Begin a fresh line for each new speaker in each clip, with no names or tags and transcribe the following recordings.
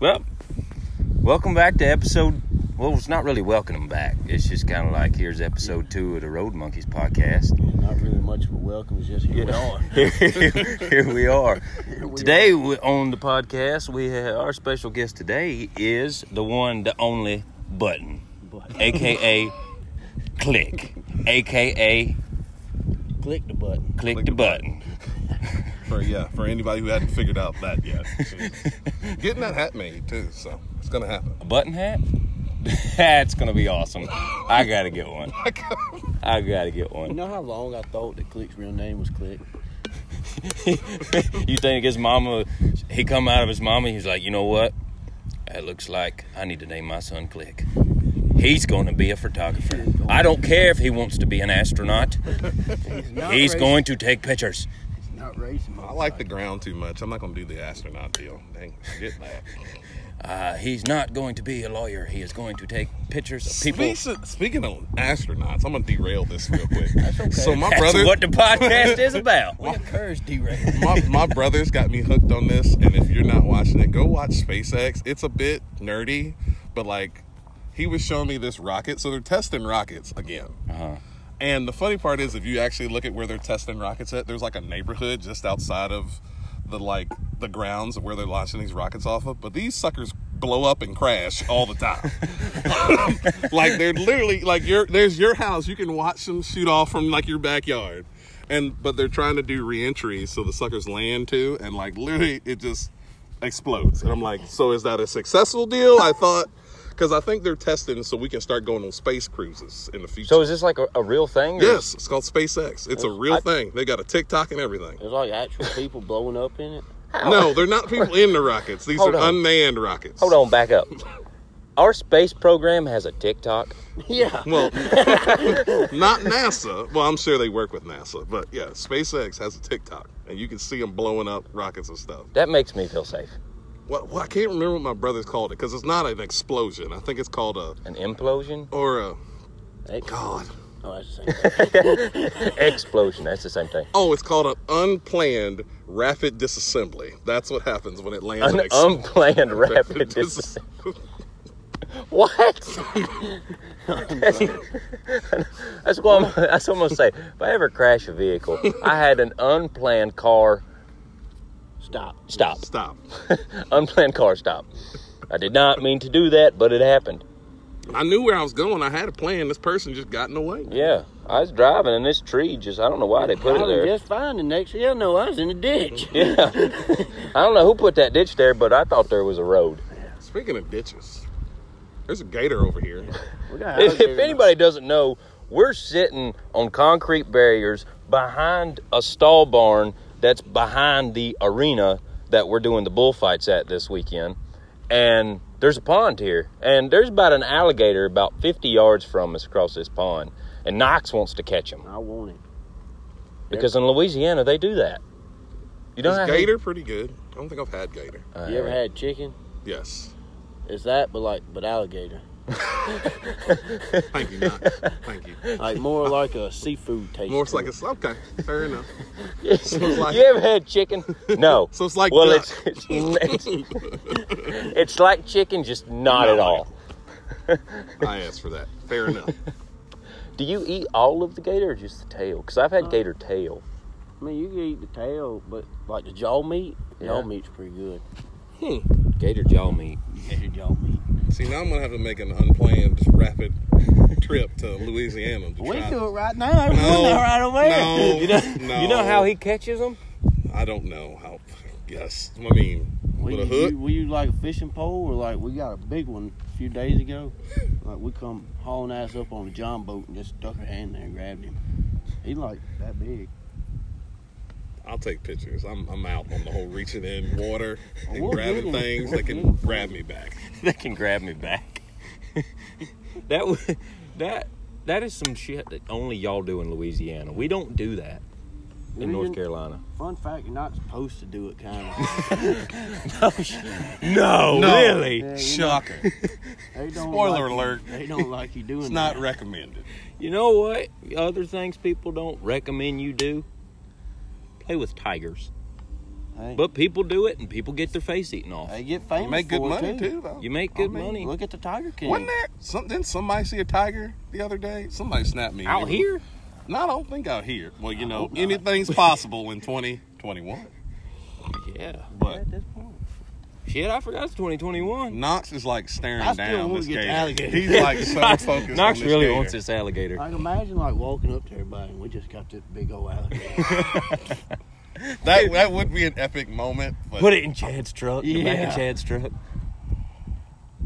Well, welcome back to episode. Well, it's not really welcoming back. It's just kind of like here's episode two of the Road Monkeys podcast.
Yeah, not really much of a welcome. It's just here we are.
Here we are.
Here we
Today we- on the podcast, we have our special guest today is the one, the only Button,
But
aka Click, aka
click the button.
Click the Button.
For yeah, for anybody who hadn't figured out that yet, So, getting that hat made too. So it's gonna happen.
A button hat? That's gonna be awesome. I gotta get one. I gotta get
You
one.
know how long I thought that Click's real name was Click?
you think his mama? He come out of his mama. He's like, you know what? That looks like I need to name my son Click. He's gonna be a photographer. I don't care if he wants to be an astronaut.
He's, not
He's going to take pictures.
not racing.
I like the ground too much. I'm not gonna do the astronaut deal. Dang, get that.
Uh, he's not going to be a lawyer. He is going to take pictures of people.
Speaking, speaking of astronauts, I'm gonna derail this real quick.
okay.
So my
That's
brother,
what the podcast is about.
We encourage derail.
my, my brother's got me hooked on this, and if you're not watching it, go watch SpaceX. It's a bit nerdy, but like he was showing me this rocket, so they're testing rockets again.
Uh-huh.
And the funny part is, if you actually look at where they're testing rockets at, there's like a neighborhood just outside of the like the grounds of where they're launching these rockets off of. But these suckers blow up and crash all the time. like they're literally like your there's your house. You can watch them shoot off from like your backyard. And but they're trying to do reentry, so the suckers land too, and like literally it just explodes. And I'm like, so is that a successful deal? I thought. Because I think they're testing so we can start going on space cruises in the future.
So is this like a, a real thing? or-
Yes, it's called SpaceX. It's a real
I-
thing. They got a TikTok and everything.
There's like actual people blowing up in it.
No, they're not people in the rockets. These
Hold
are
on.
unmanned rockets.
Hold on, back up. Our space program has a TikTok.
Yeah.
Well, not NASA. Well, I'm sure they work with NASA, but yeah, SpaceX has a TikTok, and you can see them blowing up rockets and stuff.
That makes me feel safe.
What? well, I can't remember what my brothers called it because it's not an explosion. I think it's called a
An implosion?
or a
Hey,
God.
oh, that's the same thing.
Explosion. That's the same thing.
Oh, it's called an unplanned rapid disassembly. That's what happens when it lands.
An
an ex-
unplanned rapid dis- What? that's what I'm, that's what I'm gonna say. If I ever crash a vehicle, I had an unplanned car
Stop.
stop.
Stop.
Unplanned car stop. I did not mean to do that, but it happened.
I knew where I was going. I had a plan. This person just got in the way.
Yeah, I was driving and this tree just—I don't know why they put
I
it
was
there.
just fine the next year. No, I was in a ditch.
Yeah. I don't know who put that ditch there, but I thought there was a road.
Speaking of ditches, there's a gator over here.
We got
If,
alligators.
if anybody doesn't know, we're sitting on concrete barriers behind a stall barn that's behind the arena that we're doing the bullfights at this weekend. And there's a pond here, and there's about an alligator about 50 yards from us across this pond. And Knox wants to catch him
I want it.
because in Louisiana they do that. You know
Is
how-
gator pretty good? I don't think I've had gator.
Uh,
You ever had chicken?
Yes.
It's that, but like, but alligator.
Thank you, Knox. Thank you.
Like more like a seafood taste.
More it's
to
like
it.
it's okay. Fair enough. it's like-
you ever had chicken? No.
So it's like
well,
duck.
it's, it's it's it's like chicken, just not at all.
I asked for that. Fair enough.
Do you eat all of the gator or just the tail? Because I've had gator tail.
I mean, you can eat the tail, but like the jaw meat,
Yeah.
jaw meat's pretty good.
Gator jaw meat.
Gator jaw meat.
See, now I'm gonna have to make an unplanned rapid trip to Louisiana. To
We
try-
do it right now. We're
No,
doing it right away.
no,
You know,
no.
you know how he catches them?
I don't know how. Yes, I mean
We,
with a
we,
hook.
we use like a fishing pole, or like we got a big one a few days ago. Like we come hauling ass up on a John boat and just stuck our hand there and grabbed him. He like that big.
I'll take pictures. I'm I'm out on the whole reaching in water and
We'll
grabbing
get him.
things
We'll
that
get
can
him.
grab me back.
They can grab me back. that would that that is some shit that only y'all do in Louisiana. We don't do that in
We
North
didn't-
Carolina.
Fun fact, you're not supposed to do it, kind of.
No, really.
Shocker.
They don't
Spoiler
like-
alert.
They don't like you doing
It's not
that.
recommended.
You know what? Other things people don't recommend you do. Play with tigers.
Hey,
But people do it, and people get their face eaten off.
they get famous.
You make good
for it,
money too, though.
You make
I
good
mean,
money
Look at the Tiger King.
Wasn't there some, didn't somebody see a tiger the other day? Somebody snapped me.
out here.
No, I don't think out here. Well, you know,
hope not.
anything's possible in 2021.
Yeah,
But
at this point.
shit, I forgot it's 2021.
Knox is like staring
I still
down
wanna
this
get the
gator.
alligator.
He's like so focused. on
Knox
this
really
gator.
wants this alligator.
Uh,
Like imagine like walking up to everybody and we just got this big old alligator.
That that would be an epic moment. But
Put it in Chad's truck. Yeah. back
Yeah.
of Chad's truck.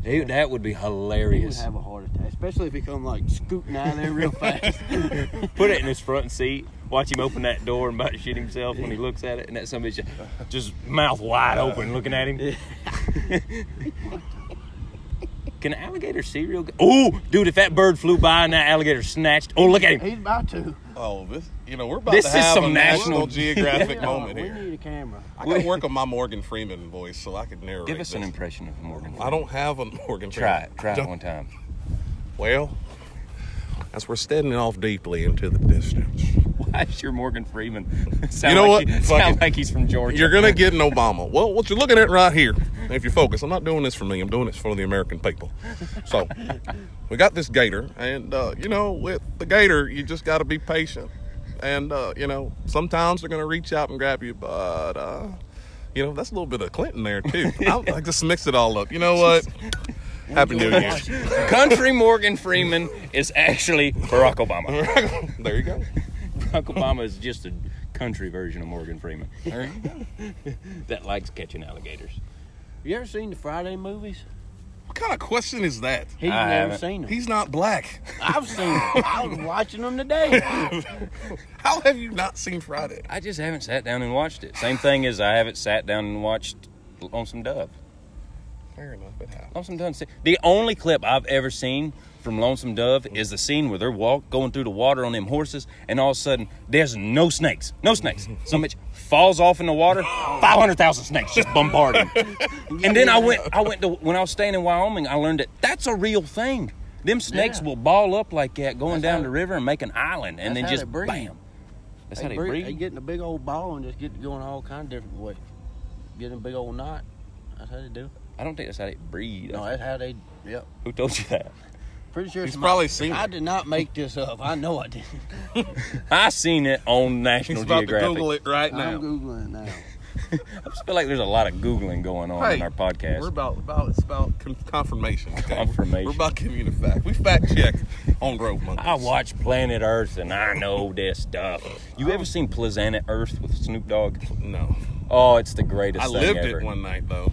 Dude, that would be
he would
hilarious.
have a heart attack, especially if he come like scooting out of there real fast.
Put it in his front seat. Watch him open that door and about to shit himself when he looks at it, and that somebody's just, just mouth wide open looking at him. Can an alligator see real good? Oh, dude, if that bird flew by and that alligator snatched, oh look at him.
He's about to.
oh, this you know we're about
This
to
is
have
some
a
national-
National Geographic
Yeah,
moment
we
here.
need a camera.
I got to work on my Morgan Freeman voice so I could narrate.
Give us an
this.
impression of Morgan.
I don't have a Morgan.
try it.
Freeman.
Try it
Don't-
one time.
Well, as we're steading off deeply into the distance,
Why is your Morgan Freeman? sound
You know
like
what?
He,
Fuck
sound
it.
like he's from Georgia.
you're gonna get an Obama. Well, what you're looking at right here, if you focus, I'm not doing this for me. I'm doing this for the American people. So, we got this gator, and uh, you know, with the gator, you just got to be patient. And uh, you know, sometimes they're gonna reach out and grab you, but uh, you know, that's a little bit of Clinton there too. I, I just mixed it all up. You know what? Happy New Year.
Country Morgan Freeman is actually Barack Obama.
there you go.
Barack Obama is just a country version of Morgan Freeman
There you go.
that likes catching alligators.
You ever seen the Friday movies?
What kind of question is that?
He's
I
never
haven't.
seen them.
He's not black.
I've seen them. I was watching them today.
How have you not seen Friday?
I just haven't sat down and watched it. Same thing as I haven't sat down and watched Lonesome Dove.
Fair enough, it happened.
Lonesome Dove. The only clip I've ever seen from Lonesome Dove is the scene where they're walk going through the water on them horses, and all of a sudden there's no snakes, no snakes. Some bitch falls off in the water, five hundred thousand snakes just bombard him. and then I went, I went to when I was staying in Wyoming, I learned that that's a real thing. Them snakes
Yeah.
will ball up like that, going
That's
down
how-
the river and make an island, and
that's
then
how
just
they breed.
bam. That's
they,
how they
breed-
breed.
they get in a big old ball and just get going all kind of different ways. Get in a big old knot. That's how they do. it.
I don't think that's how they breed.
No, that's how they. Yep.
Who told you that?
Pretty sure
He's
somebody-
probably seen
I
it.
did not make this up. I know I did.
I seen it on National
He's about
Geographic.
to Google it right now.
I'm googling it now.
I just feel like there's a lot of googling going on in
Hey,
our podcast.
We're about about it's about con- confirmation. okay?
Confirmation.
We're about giving you the fact. We fact check on Grove Monkeys.
I watch Planet Earth and I know this stuff. You ever seen Planet Earth with Snoop Dogg?
No,
Oh, it's the greatest
I
thing
lived
ever.
it one night though,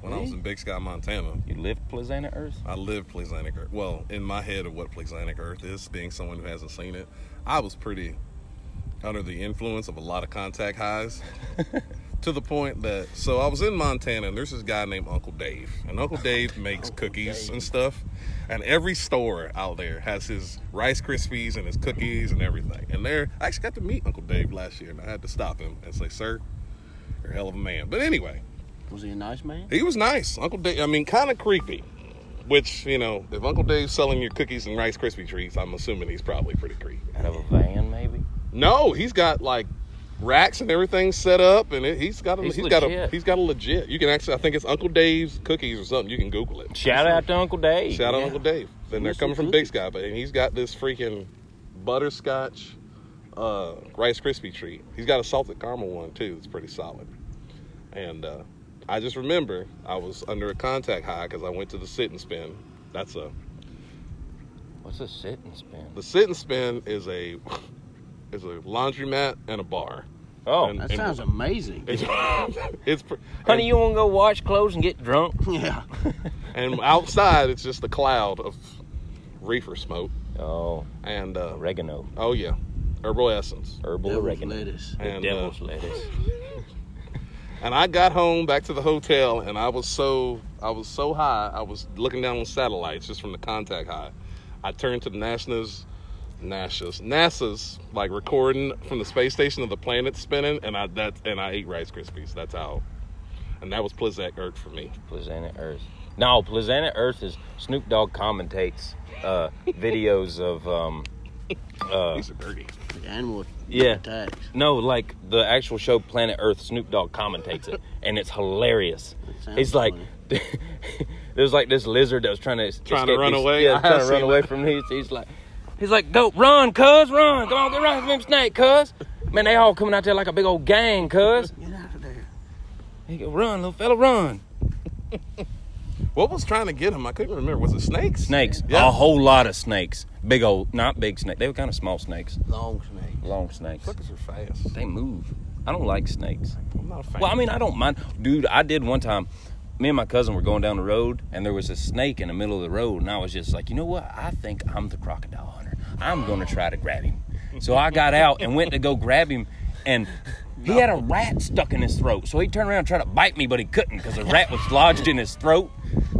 when I was
Really?
in Big Sky, Montana.
You lived Planet Earth?
I lived Plexanic Earth. Well, in my head of what Plexanic Earth is, being someone who hasn't seen it, I was pretty under the influence of a lot of contact highs. to the point that so I was in Montana and there's this guy named Uncle Dave. And Uncle Dave makes cookies and stuff. And every store out there has his Rice Krispies and his cookies and everything. And there I actually got to meet Uncle Dave last year and I had to stop him and say, Sir, you're a hell of a man. But anyway,
Was he a nice man?
he was nice. Uncle Dave, I mean, kind of creepy. Which, you know, if Uncle Dave's selling your cookies and Rice Krispie treats, I'm assuming he's probably pretty creepy.
Out of a van, maybe?
No, he's got like racks and everything set up, and it, he's got a,
He's
he's got a
legit.
he's got a legit. You can actually, I think it's Uncle Dave's cookies or something. You can Google it.
Shout out to Uncle Dave.
Shout out
Yeah.
Uncle Dave. Then they're
Who's
coming
some
from Big
cookies?
Sky, but and he's got this freaking butterscotch uh, Rice Krispie treat. He's got a salted caramel one too. It's pretty solid. And uh, I just remember I was under a contact high because I went to the sit and spin. That's a
What's a sit and spin?
the sit and spin is a is a laundromat and a bar.
Oh,
And-
That sounds amazing.
It's, it's pr-
honey, you want to go wash clothes and get drunk?
Yeah.
and outside it's just a cloud of reefer smoke
Oh,
and uh,
oregano,
oh yeah, herbal essence.
herbal
Devil's
oregano.
lettuce.
The
And, uh,
devil's lettuce.
And I got home back to the hotel, and I was so I was so high. I was looking down on satellites just from the contact high. I turned to the NASA's NASA's NASA's like recording from the space station of the planet spinning, and I that and I ate Rice Krispies. That's how. And that was Plizak Erk for me.
Planet Earth. No, Planet Earth is Snoop Dogg commentates uh, videos of um,
These are dirty.
The animal
Yeah.
attacks.
No, like the actual show Planet Earth, Snoop Dogg commentates it, and it's hilarious.
sounds
He's like, there's like this lizard that was trying to
Trying to
escape
run
these-
away?
Yeah,
I
trying to
seen
run away from these. He's like, he's like, go run, cuz, run, come on, get right from him, snake, cuz. Man, they all coming out there like a big old gang, cuz.
Get out of there.
He go, run, little fella, run.
What was trying to get him? I couldn't remember. Was it snakes?
Snakes, Oh.
Yeah.
a whole lot of snakes. Big old, not big snake. They were kind of small snakes,
Long snake.
long snakes.
Suckers are fast.
They move. I don't like snakes.
I'm not a fan.
Well, I mean, I don't mind, dude. I did one time. Me and my cousin were going down the road, and there was a snake in the middle of the road, and I was just like, you know what? I think I'm the crocodile hunter. I'm gonna try to grab him. So I got out and went to go grab him, and he had a rat stuck in his throat. So he turned around and tried to bite me, but he couldn't because the rat was lodged in his throat.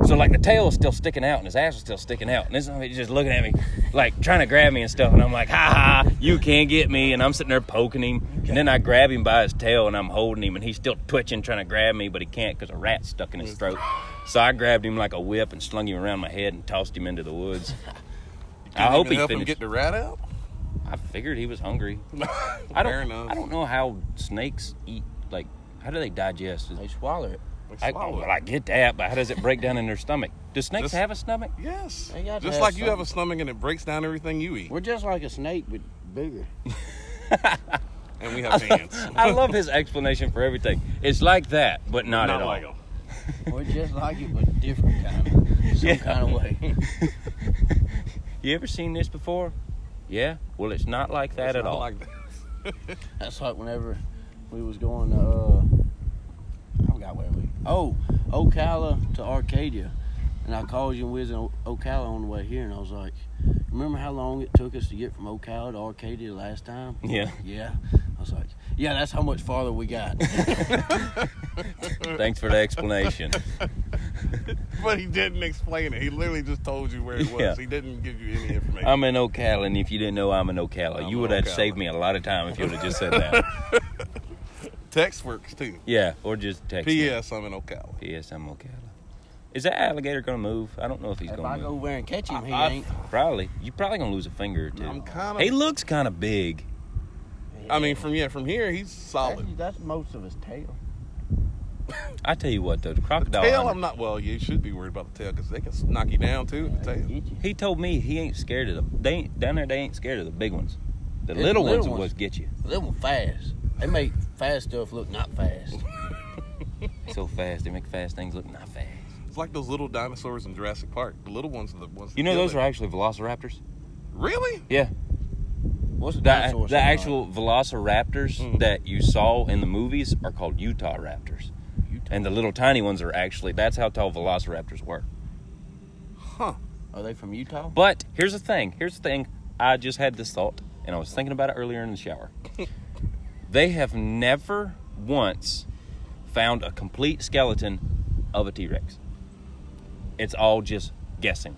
So like the tail was still sticking out and his ass was still sticking out, and this he's just looking at me, like trying to grab me and stuff. And I'm like, ha ha, you can't get me. And I'm sitting there poking him, and then I grab him by his tail and I'm holding him, and he's still twitching, trying to grab me, but he can't because a rat's stuck in his throat. So I grabbed him like a whip and slung him around my head and tossed him into the woods. I
Didn't
hope
even
he
help
finished.
him get the rat out.
I figured he was hungry. I don't,
Fair enough.
I don't know how snakes eat. Like, how do they digest?
They swallow it.
They
I,
swallow it.
well, I get that, but how does it break down in their stomach? Do snakes
Just-
have a stomach?
Yes.
They gotta
Just
have
like you have a stomach and it breaks down everything you eat.
We're just like a snake, but bigger.
And we have hands.
I love his explanation for everything. It's like that, but not, at all.
like 'em.
We're just like it, but different kind of, some
Yeah.
kind of way.
You ever seen this before? Yeah. Well, it's not like that
It's
at
not
all.
Like that.
That's like whenever we was going to, uh, I forgot where we. Oh, Ocala to Arcadia, and I called you and we was in O- Ocala on the way here, and I was like, "Remember how long it took us to get from Ocala to Arcadia last time?"
Yeah.
Yeah. I was like, "Yeah, that's how much farther we got."
Thanks for the explanation.
But he didn't explain it. He literally just told you where it was.
Yeah. Um,
He didn't give you any information.
I'm in Ocala, and if you didn't know I'm in Ocala,
I'm
you
in
would have
Ocala.
saved me a lot of time if you would have just said that.
Text works too.
yeah, or just text me.
P.S. I'm in Ocala.
P.S. I'm Ocala. Is that alligator gonna move? I don't know if he's
if
gonna
I
move.
go over there and catch him, he
I-
ain't.
Probably. You're probably gonna lose a finger or two.
I'm kind of.
He looks kind of big.
I mean, from yeah, from here he's solid.
Actually, that's most of his tail.
I tell you what, though, the crocodile.
Tail, I'm
hunter,
not. Well, you should be worried about the tail because they can s- knock you down too. With the
They
tail.
get you.
he told me he ain't scared of the. They ain't, down there. They ain't scared of the big ones. The
It's
little,
the little
ones will
ones.
get you
They were fast. They make fast stuff look not fast.
so fast. They make fast things look not fast.
It's like those little dinosaurs in Jurassic Park. The little ones are the ones. that
You know,
kill
those
it.
are actually velociraptors.
really.
Yeah,
What's a
the,
dinosaur?
the actual velociraptors
Mhm.
that you saw in the movies are called Utah raptors, and the little tiny ones are actually that's how tall velociraptors were.
Huh.
Are they from Utah?
But here's the thing. Here's the thing. I just had this thought, and I was thinking about it earlier in the shower. they have never once found a complete skeleton of a T Rex. It's all just guessing.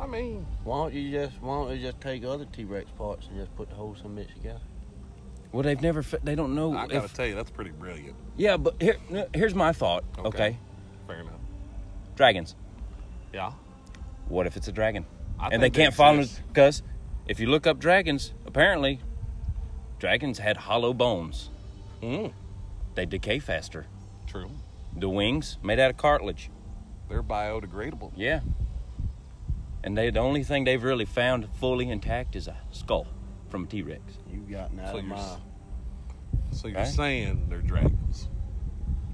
I mean,
Why don't you just why don't they just take other T Rex parts and just put the whole some bitch together?
Well, they've never. Fa- they don't know.
I
if-
gotta tell you, that's pretty brilliant.
yeah, but here, no, here's my thought. Okay.
Okay. Fair enough.
dragons.
Yeah.
What if it's a dragon?
I
and they
think
can't
that
follow
exists.
because if you look up dragons, apparently dragons had hollow bones.
Mm.
They decay faster.
True.
The wings made out of cartilage.
They're biodegradable.
Yeah. And they, the only thing they've really found fully intact is a skull from a T Rex.
You gotten out
So
of
you're
my
s- So you're
Right.
saying they're dragons?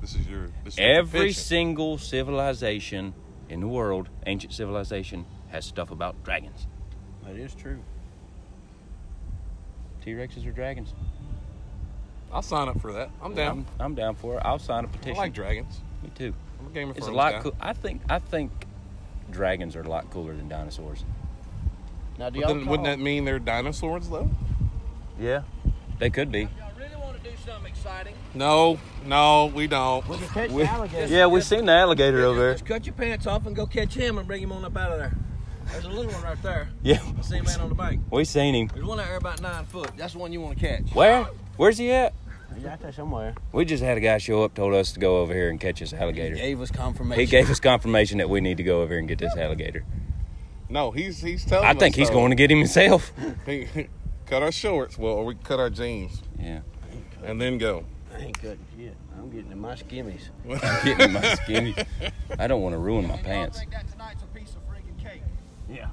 This is your. This is your
Every
profession.
single civilization in the world, ancient civilization, has stuff about dragons.
That is true.
T Rexes are dragons.
I'll sign up for that. I'm down.
I'm, I'm down for it. I'll sign a
i
petition.
like dragons.
Me too.
I'm a Game of
It's a
Thrones guy.
lot cool. I think I think dragons are a lot cooler than dinosaurs.
Now
But
do y'all
then wouldn't
call-
that mean they're dinosaurs though?
Yeah. They could be.
Y'all really want to do something exciting?
No, no, we don't.
we can catch
We-
the alligator.
Yeah, we've seen the alligator over there.
Just cut your pants off and go catch him and bring him on up out of there. There's a little one right there.
Yeah,
I see a man on the bank.
we seen him.
There's one out there about nine foot. That's the one you want to catch.
Where? Where's he at?
He's out there somewhere.
We just had a guy show up, told us to go over here and catch this alligator.
Gave us confirmation.
He gave us confirmation that we need to go over here and get this alligator.
No, he's he's telling.
I think he's going to get him himself.
to cut our shorts. Well, or we cut our jeans
Yeah.
and then go.
I ain't cutting shit. I'm getting in my skimmies.
Getting my skinny. I don't want to ruin my pants.
that tonight's a piece of friggin' cake.
Yeah.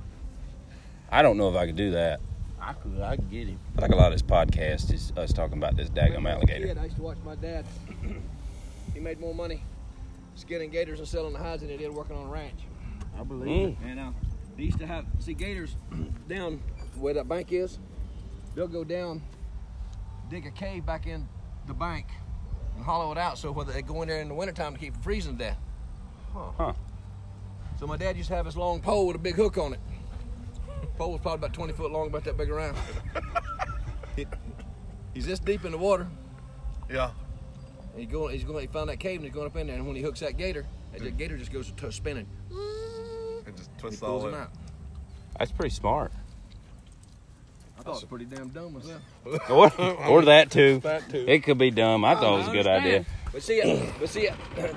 I don't know if I could do that.
I could. I could get him.
I think a lot of this podcast is us talking about this daggum
Remember as a
alligator.
kid, I used to watch my dad. he made more money skinning gators and selling the hides than he did working on a ranch.
I believe it.
And uh, they used to have see gators down where that bank is. They'll go down, dig a cave back in the bank, and hollow it out so whether they go in there in the wintertime to keep from freezing to death. Huh.
Huh.
So my dad used to have his long pole with a big hook on it. Pole was probably about 20 foot long, about that big around. He- he's this deep in the water.
Yeah.
And he go, he's going. He found that cave and he's going up in there. And when he hooks that gator, that gator just goes to spinning.
And just twist
He
all
pulls him
in.
out.
That's pretty smart.
I thought it was pretty damn dumb myself.
Or, or that too.
That too.
It could be dumb. I thought it was a good idea.
But see, but see,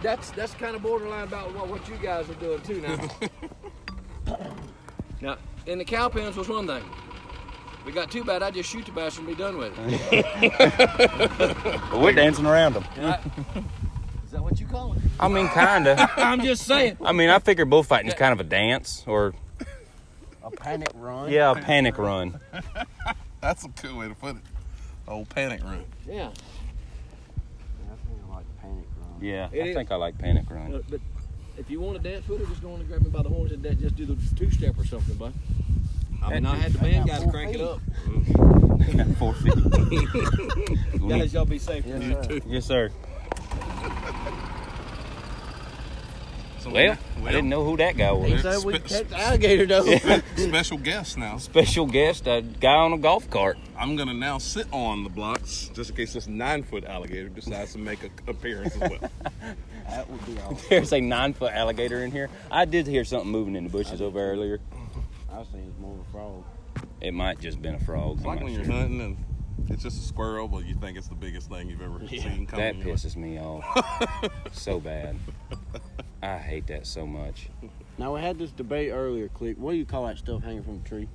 that's that's kind of borderline about what, what you guys are doing too now. now, in the cow pens was one thing. We got too bad. I just shoot the bastard and be done with it.
But we're dancing around them.
And I- is that what you call it?
I mean, kinda.
I'm just saying.
I mean, I figure bullfighting is kind of a dance or
A panic run.
yeah, a panic run.
That's a cool way to put it. Old panic room.
Yeah.
I think I like the panic run.
Yeah,
It
I
is.
think I like panic run.
But but if you want to dance with it, just go on and grab me by the horns and dance, just do the two step or something, bud. I mean, I had the band guys crank it up.
Four feet.
Guys, y'all be safe.
Yes, sir.
Yes, sir.
So
Well, I didn't know who that guy was.
So we
Spe-
catch the alligator though.
Special guest now.
Special guest, a guy on a golf cart.
I'm gonna now sit on the blocks just in case this nine foot alligator decides to make an appearance as well.
That would be awesome.
There's a nine foot alligator in here. I did hear something moving in the bushes over earlier.
I was thinking it's more of a frog.
It might just been a frog.
It's
I'm
like
not
when you're
sure.
hunting and it's just a squirrel, but you think it's the biggest thing you've ever seen coming.
That
your way.
pisses me off so bad. I hate that so much.
Now we had this debate earlier, Click. What do you call that stuff hanging from a tree?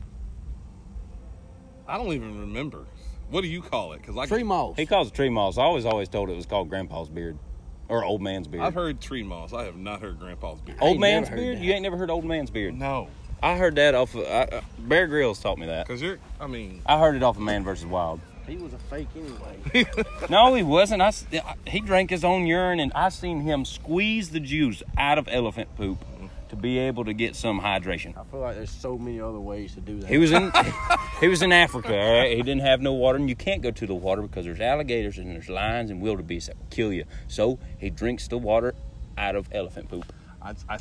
I don't even remember. What do you call it? Because I
Tree moss.
He calls it tree moss. I was always told it was called grandpa's beard or old man's beard.
I've heard tree moss. I have not heard grandpa's beard.
old
ain't
man's
never heard
beard?
that.
You ain't never heard old man's beard.
no,
I heard that off of I, uh, Bear Grylls taught me that.
because you're. I mean,
I heard it off of Man vs. Wild.
He was a fake anyway.
No, he wasn't. I, s- I- he drank his own urine, and I seen him squeeze the juice out of elephant poop to be able to get some hydration.
I feel like there's so many other ways to do that.
He was in he was in Africa. All right, he didn't have no water, and you can't go to the water because there's alligators and there's lions and wildebeest that will kill you. So he drinks the water out of elephant poop.
I. I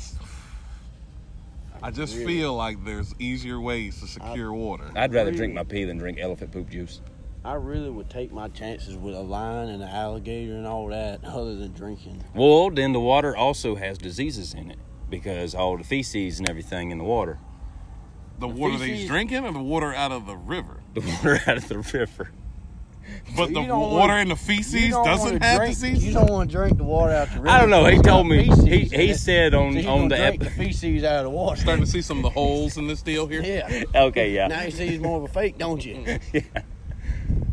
I just
Really?
feel like there's easier ways to secure water.
I'd rather drink my pee than drink elephant poop juice.
I really would take my chances with a lion and an alligator and all that, other than drinking.
Well, then the water also has diseases in it because all the feces and everything in the water,
the water that he's
feces-
drinking and the water out of the river.
the water out of the river.
But
You
the
don't
water
wanna-
in the
You
feces
don't
doesn't
wanna
have
drink-
diseases.
You don't want to drink the water out the river.
I don't know. He
It's got
told me. He
feces in
he
it.
said
So
on
you
on
gonna
the
drink
ep-
the feces out of the water.
Starting to see some of the holes in this deal here.
yeah.
okay yeah.
Now you see he's more of a fake, don't you?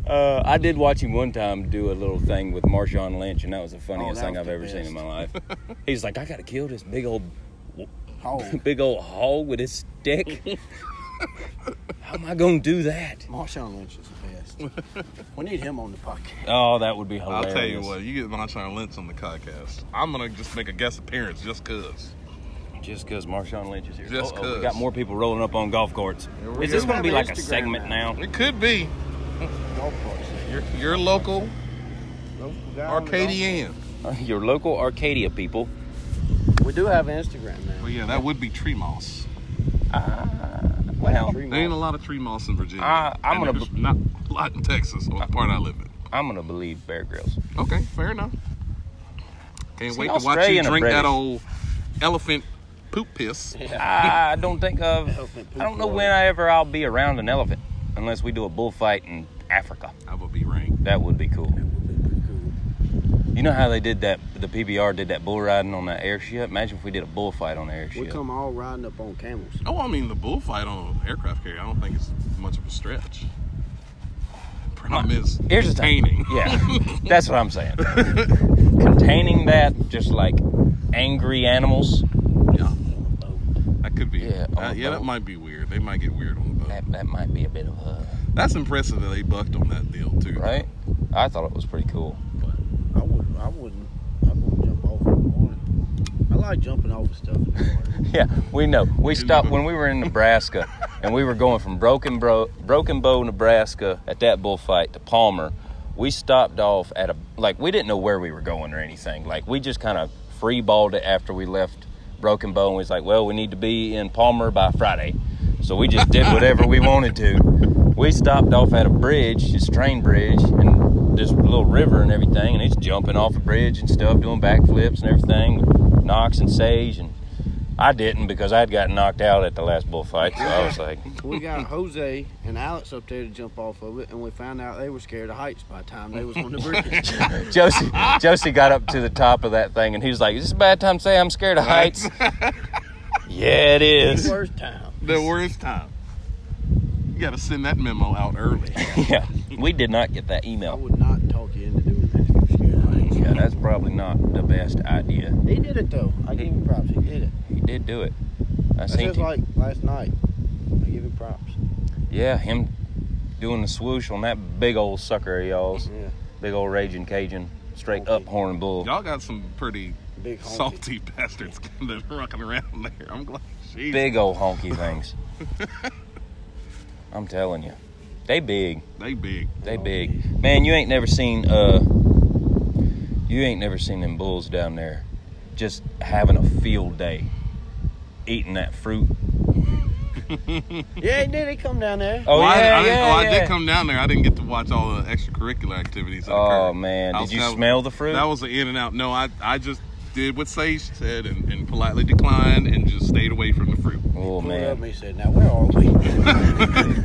Uh, I did watch him one time do a little thing with Marshawn Lynch, and that was the funniest
that
thing
was
I've
the
ever seen in
best.
my life. He's like, I gotta kill this big old,
Hog.
big old hog with his stick. How am I gonna do that?
Marshawn Lynch is the best. we need him on the podcast.
Oh, that would be hilarious.
I'll tell you what, you get Marshawn Lynch on the podcast. I'm gonna just make a guest appearance just cause.
Just because Marshawn Lynch is here,
Just
Uh-oh, we
'cause.
got more people rolling up on golf courts.
Here we
Is this
go.
gonna be
Have
like a
Instagram
segment now?
now.
It could be
Golf course.
your your local
Local guy on the golf
Arcadian.
Your local Arcadia people.
course. We do have an Instagram now.
Well, yeah, that would be tree moss.
Well,
Tree
There ain't a
moss.
lot of tree moss in Virginia.
I- I'm
And
gonna
there's not a lot in Texas or the part I live in.
I'm gonna believe Bear Grylls.
Okay, fair enough. Can't
See,
wait to watch you
Australian or
drink that
British?
old elephant poop piss.
I don't think of.
Elephant poop
I don't know
water.
when I ever I'll be around an elephant, unless we do a bullfight in Africa.
I would be ranked.
That would be cool.
Would be pretty cool.
You You know how they did that? The PBR did that bull riding on that airship. Imagine if we did a bullfight on the airship.
We come all riding up on camels.
Oh, I mean the bullfight on an aircraft carrier. I don't think it's much of a stretch. Problem is
Here's the thing.
painting.
Yeah, that's what I'm saying. Containing that, just like angry animals,
Yeah, that could be.
Yeah,
Yeah,
on the
yeah, that
boat.
might be weird. They might get weird on the boat.
that, that might be a bit of a
That's impressive that they bucked on that deal too. though.
right. I thought it was pretty cool.
I wouldn't. I wouldn't. I wouldn't jump off in the morning. I like jumping off of stuff in the morning.
Yeah, we know. We stopped when we were in Nebraska, and we were going from Broken Bro, Broken Bow, Nebraska, at that bullfight to Palmer. We stopped off at a like we didn't know where we were going or anything. Like we just kind of free balled it after we left Broken Bow, and we was like, well, we need to be in Palmer by Friday, so we just did whatever we wanted to. We stopped off at a bridge, this train bridge, and this little river and everything, and it's jumping off a bridge and stuff, doing backflips and everything, with Knox and Sage and I didn't because I'd gotten knocked out at the last bullfight, so I was like,
We got Jose and Alex up there to jump off of it, and we found out they were scared of heights by the time they was on the bridge.
Josie, Josie got up to the top of that thing, and he was like, "Is this a bad time to say I'm scared of heights?" yeah, it is.
First time.
The worst time. You got to send that memo out early.
Yeah, we did not get that
I
email.
would not talk you into doing that if you're scared of heights.
Yeah, that's probably not the best idea.
He did it though. I give him props. He did it.
He did do it. I
That's
seen.
just
him.
like last night. I give him props.
yeah, him doing the swoosh on that big old sucker of y'all's,
Yeah.
big old raging Cajun, straight up horn bull.
Y'all got some pretty
Big honky.
salty bastards kind of rocking around there. I'm glad. Jeez.
Big old honky things. I'm telling you, they big.
They big.
They big. Man, you ain't never seen uh you ain't never seen them bulls down there just having a field day eating that fruit.
Yeah, he did. He come down there.
Oh
Well, I-
yeah,
I, didn't-
yeah,
oh, I
yeah.
did come down there. I didn't get to watch all the extracurricular activities. That
Oh
occurred.
man,
I
did
was-
you
that was-
smell the fruit?
That was the in and out. No, I I just did what Sage said and, and politely declined and just stayed away from the fruit.
oh
Pulled up and
man.
He said, "Now where are we?"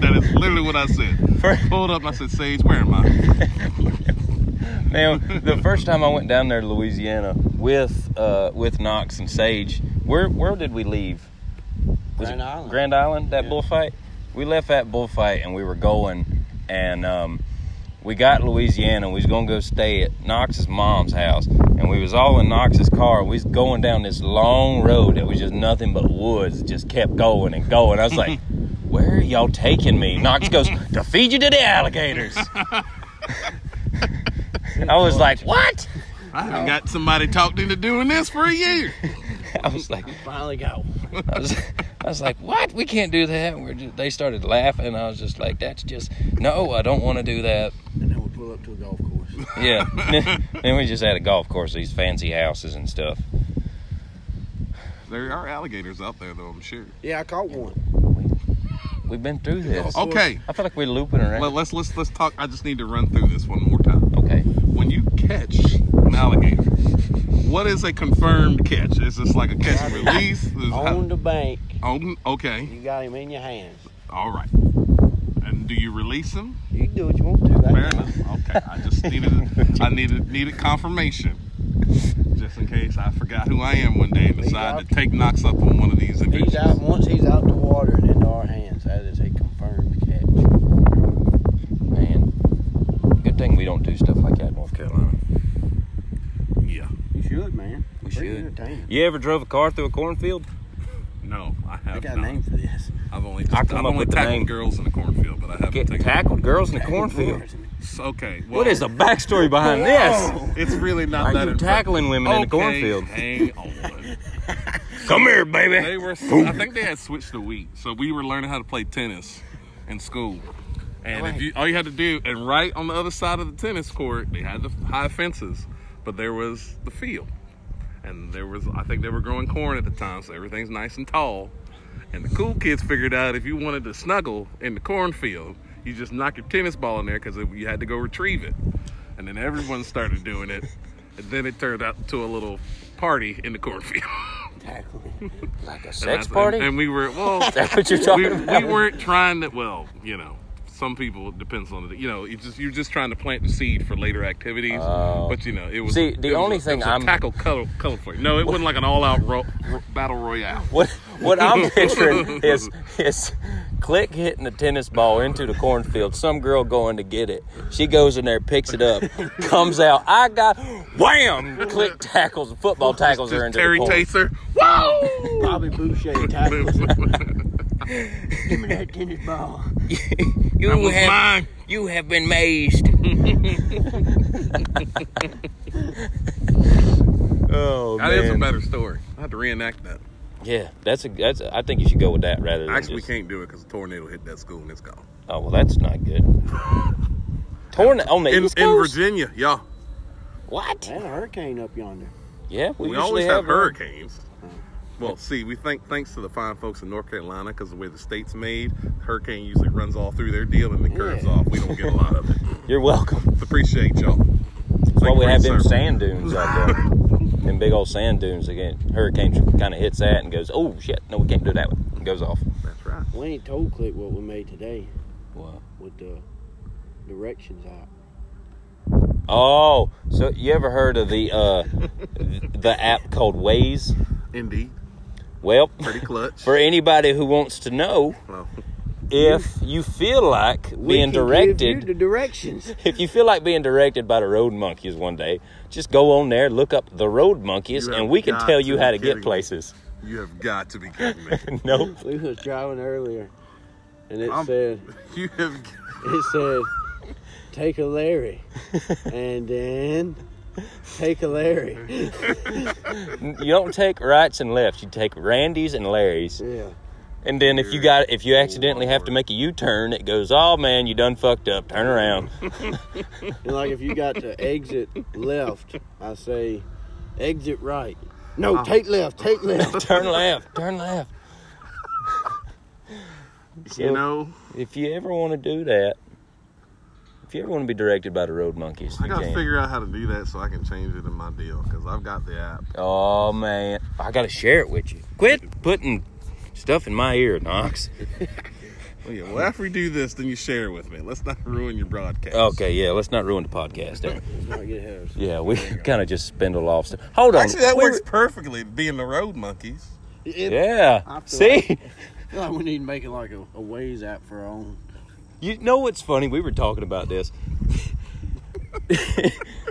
that is literally what I said.
First,
Pulled up and I said, Sage, where am I?
man, the first time I went down there to Louisiana with uh with Knox and Sage, where where did we leave? Was
Grand
it
Island.
Grand Island, that
Yeah.
bullfight. We left that bullfight and we were going, and um, we got Louisiana. We was gonna go stay at Knox's mom's house, and we was all in Knox's car. We was going down this long road that was just nothing but woods. It just kept going and going. I was like, "Where are y'all taking me?" Knox goes, "To feed you to the alligators." I was like, "What?"
I haven't got somebody talked into doing this for a year.
I was like,
Finally got one.
I was, I was like, "What? We can't do that." And we're just, they started laughing, and I was just like, "That's just no. I don't want to do that."
And then we pull up to a golf course.
Yeah. then we just had a golf course, these fancy houses and stuff.
There are alligators out there, though, I'm sure.
Yeah, I caught one.
We've been through this.
Okay,
I feel like we're looping
let,
around.
let's let's let's talk. I just need to run through this one more time.
Okay.
When you catch an alligator, what is a confirmed catch? Is this like a catch and release? Is
On
how,
the bank,
on, okay,
you got him in your hands.
all right. And do you release him?
You can do what you want to.
Fair
Right?
enough. Okay, I just needed I needed needed confirmation, just in case I forgot who I am one day and
He's
decide
out.
to take knocks up on one of these
He's
adventures.
out once he's out the water and into our hands. That is a confirmed catch.
Man. Good thing we don't do stuff like that in North Carolina.
Yeah.
You should, man.
We
Pretty
should.
entertaining.
You ever drove a car through a cornfield?
No, I
I
have
got a
not.
name for this.
I've only
I
I've
come up
only
with the name.
tackled girls in the cornfield, but I haven't
Get
taken.
tackled girls in a cornfield.
It's okay. Well,
What is the backstory behind this?
It's really not that
Are you
impressive.
tackling women in a
Okay,
cornfield?
Hang on.
Come here, baby.
They were. I think they had switched the week, so we were learning how to play tennis in school. And if you all you had to do, and right on the other side of the tennis court, they had the high fences, but there was the field, and there was. I think they were growing corn at the time, so everything's nice and tall. And the cool kids figured out if you wanted to snuggle in the cornfield, you just knock your tennis ball in there because you had to go retrieve it. And then everyone started doing it, and then it turned out to a little party in the cornfield.
Tackling.
like a
And
sex
that's-
party?
And, and we were well.
That's what you're
we,
talking
we
about.
weren't trying to. Well, you know, some people it depends on the you know you just you're just trying to plant the seed for later activities. but you know it was
Oh. See, the
it was
only
a- it
thing
was a
I'm-
tackle color, color for you. No, it wasn't like an all out ro- ro- battle royale.
What what I'm picturing is is click hitting the tennis ball into the cornfield. Some girl going to get it. She goes in there, picks it up, comes out. I got wham! Click tackles, football tackles her
Just
into
Terry
the corn.
Taser. Whoa!
Probably Boucher tackles. Give me that tennis ball.
You
That was mine.
you have been mazed. oh
That is a
man.
better story. I had to reenact that.
yeah, that's a that's. A, I think you should go with that rather than
Actually, we
just-
can't do it because a tornado hit that school and it's gone.
Oh well, that's not good. Torn on the
In,
East
in
Coast?
Virginia, yeah.
What?
That's a hurricane up yonder.
Yeah,
We,
usually
always have Mm-hmm.
one.
hurricanes. Well, see, we think thanks to the fine folks in North Carolina because the way the state's made, hurricane usually runs all through their deal and then curves
Yeah.
off. We don't get a lot of it.
You're welcome.
Appreciate y'all.
That's why
Thank
we
you
have
for
them
your service.
sand dunes out there. them big old sand dunes again. Hurricane kind of hits that and goes, oh shit, no, we can't do that one. It goes off.
That's right.
We ain't told Click what we made today
What?
with the directions out.
Oh, so you ever heard of the uh, th- the app called Waze?
Indeed.
Well,
Pretty clutch.
for anybody who wants to know,
Well,
if you feel like
We
being
can give
directed,
you the directions.
if you feel like being directed by the road monkeys one day, just go on there, look up the road monkeys,
You
and
have
we can
got
tell
to
you
be
how to
kidding
get
me.
places.
you have got to be kidding me.
nope.
We was driving earlier, and it
I'm-
said
you have.
it said take a Larry, and then take a Larry.
You don't take rights and lefts. You take Randy's and Larry's.
Yeah.
And then if you got if you accidentally have to make a U-turn, it goes, "Oh man, you done fucked up. Turn around."
And like if you got to exit left, I say exit right. No,
Ah.
take left, take left.
turn left. Turn left.
You know,
If you ever want to do that, if you ever want to be directed by the road monkeys,
I
you
gotta
can.
figure out how to do that so I can change it in my deal because I've got the app.
Oh man, I gotta share it with you. Quit putting stuff in my ear, Knox.
Well, yeah, well, after we do this, then you share it with me. Let's not ruin your broadcast.
Okay, yeah, let's not ruin the podcast. there.
Let's not get ahead of ourselves.
Yeah, we kind of just spindle off stuff. Hold on.
Actually, that
We-
works perfectly. Being the road monkeys.
It-
Yeah.
I feel
See.
like- I feel like we need to make it like a, a ways app for our own.
You know what's funny? We were talking about this.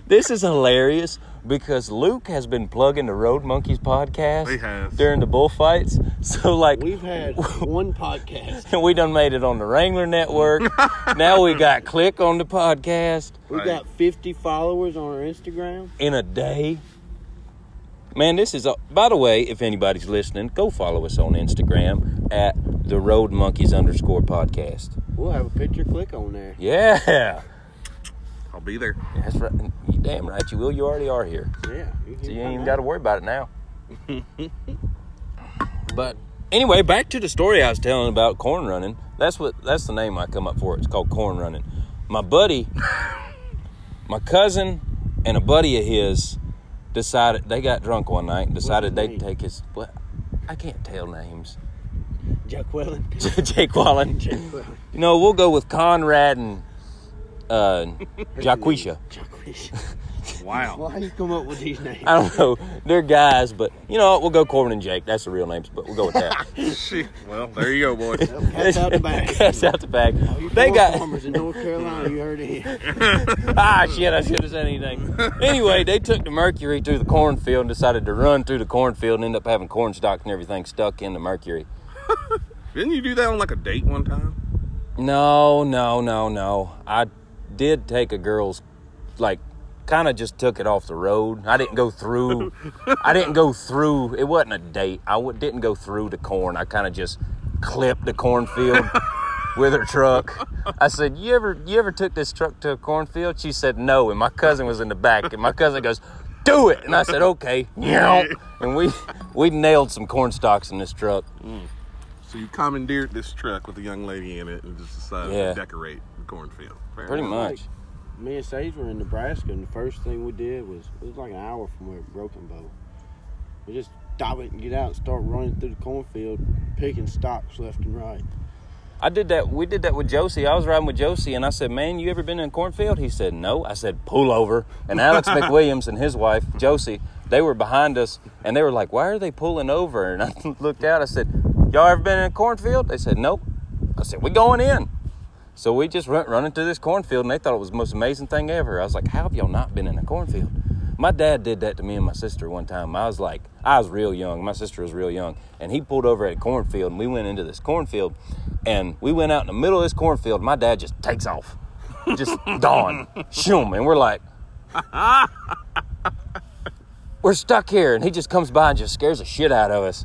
this is hilarious because Luke has been plugging the Road Monkeys podcast
He has.
during the bullfights. So like
We've had one podcast.
we done made it on the Wrangler Network. now we got click on the podcast
We
Right.
got 50 followers on our Instagram.
in a day. Man, this is a, by the way, if anybody's listening, go follow us on Instagram at the Road Monkeys underscore podcast.
We'll have a picture click on there.
Yeah.
I'll be there.
That's right. You damn right you will. You already are here.
Yeah. You,
So you ain't even got to worry about it now. but anyway, back to the story I was telling about corn running. That's what that's the name I come up for. It's called corn running. My buddy, my cousin, and a buddy of his decided they got drunk one night. and Decided
his
they'd
name?
take his what. I can't tell names.
Jack Wellen.
Jake Wallen.
Jack Wellen.
You know, we'll go with Conrad and uh, Jaquisha.
Jack Wellen.
Wow.
Why you come up with these names?
I don't know. They're guys, but you know, what? we'll go Corbin and Jake. That's the real names, but we'll go with that.
Shit. Well, there you go, boys.
Cats out the bag. Oh,
Cats out the bag.
You
They
corn
got
farmers in North Carolina. You heard it here.
ah shit. I should have said anything. Anyway, they took the mercury through the cornfield and decided to run through the cornfield and end up having corn stalks and everything stuck in the mercury.
Didn't you do that on like a date one time?
No, no, no, no. I did take a girl's, like, kind of just took it off the road. I didn't go through. I didn't go through. It wasn't a date. I w- didn't go through the corn. I kind of just clipped the cornfield with her truck. I said, "You ever, you ever took this truck to a cornfield?" She said, "No." And my cousin was in the back, and my cousin goes. Do it, and I said, "Okay, yeah." And we we nailed some corn stalks in this truck.
So you commandeered this truck with a young lady in it and just decided
Yeah.
to decorate the cornfield. Fair
Pretty
enough.
much.
Me and Sage were in Nebraska, and the first thing we did was it was like an hour from where Broken Bow. We just stop it and get out and start running through the cornfield, picking stocks left and right.
I did that. We did that with Josie. I was riding with Josie, and I said, "Man, you ever been in a cornfield?" He said, "No." I said, "Pull over." And Alex McWilliams and his wife Josie, they were behind us, and they were like, "Why are they pulling over?" And I looked out. I said, "Y'all ever been in a cornfield?" They said, "Nope." I said, "We going in." So we just went running through this cornfield, and they thought it was the most amazing thing ever. I was like, "How have y'all not been in a cornfield?" My dad did that to me and my sister one time. I was like, I was real young. My sister was real young, and he pulled over at a cornfield, and we went into this cornfield, and we went out in the middle of this cornfield. My dad just takes off, just gone, shoom, and we're like, we're stuck here, and he just comes by and just scares the shit out of us.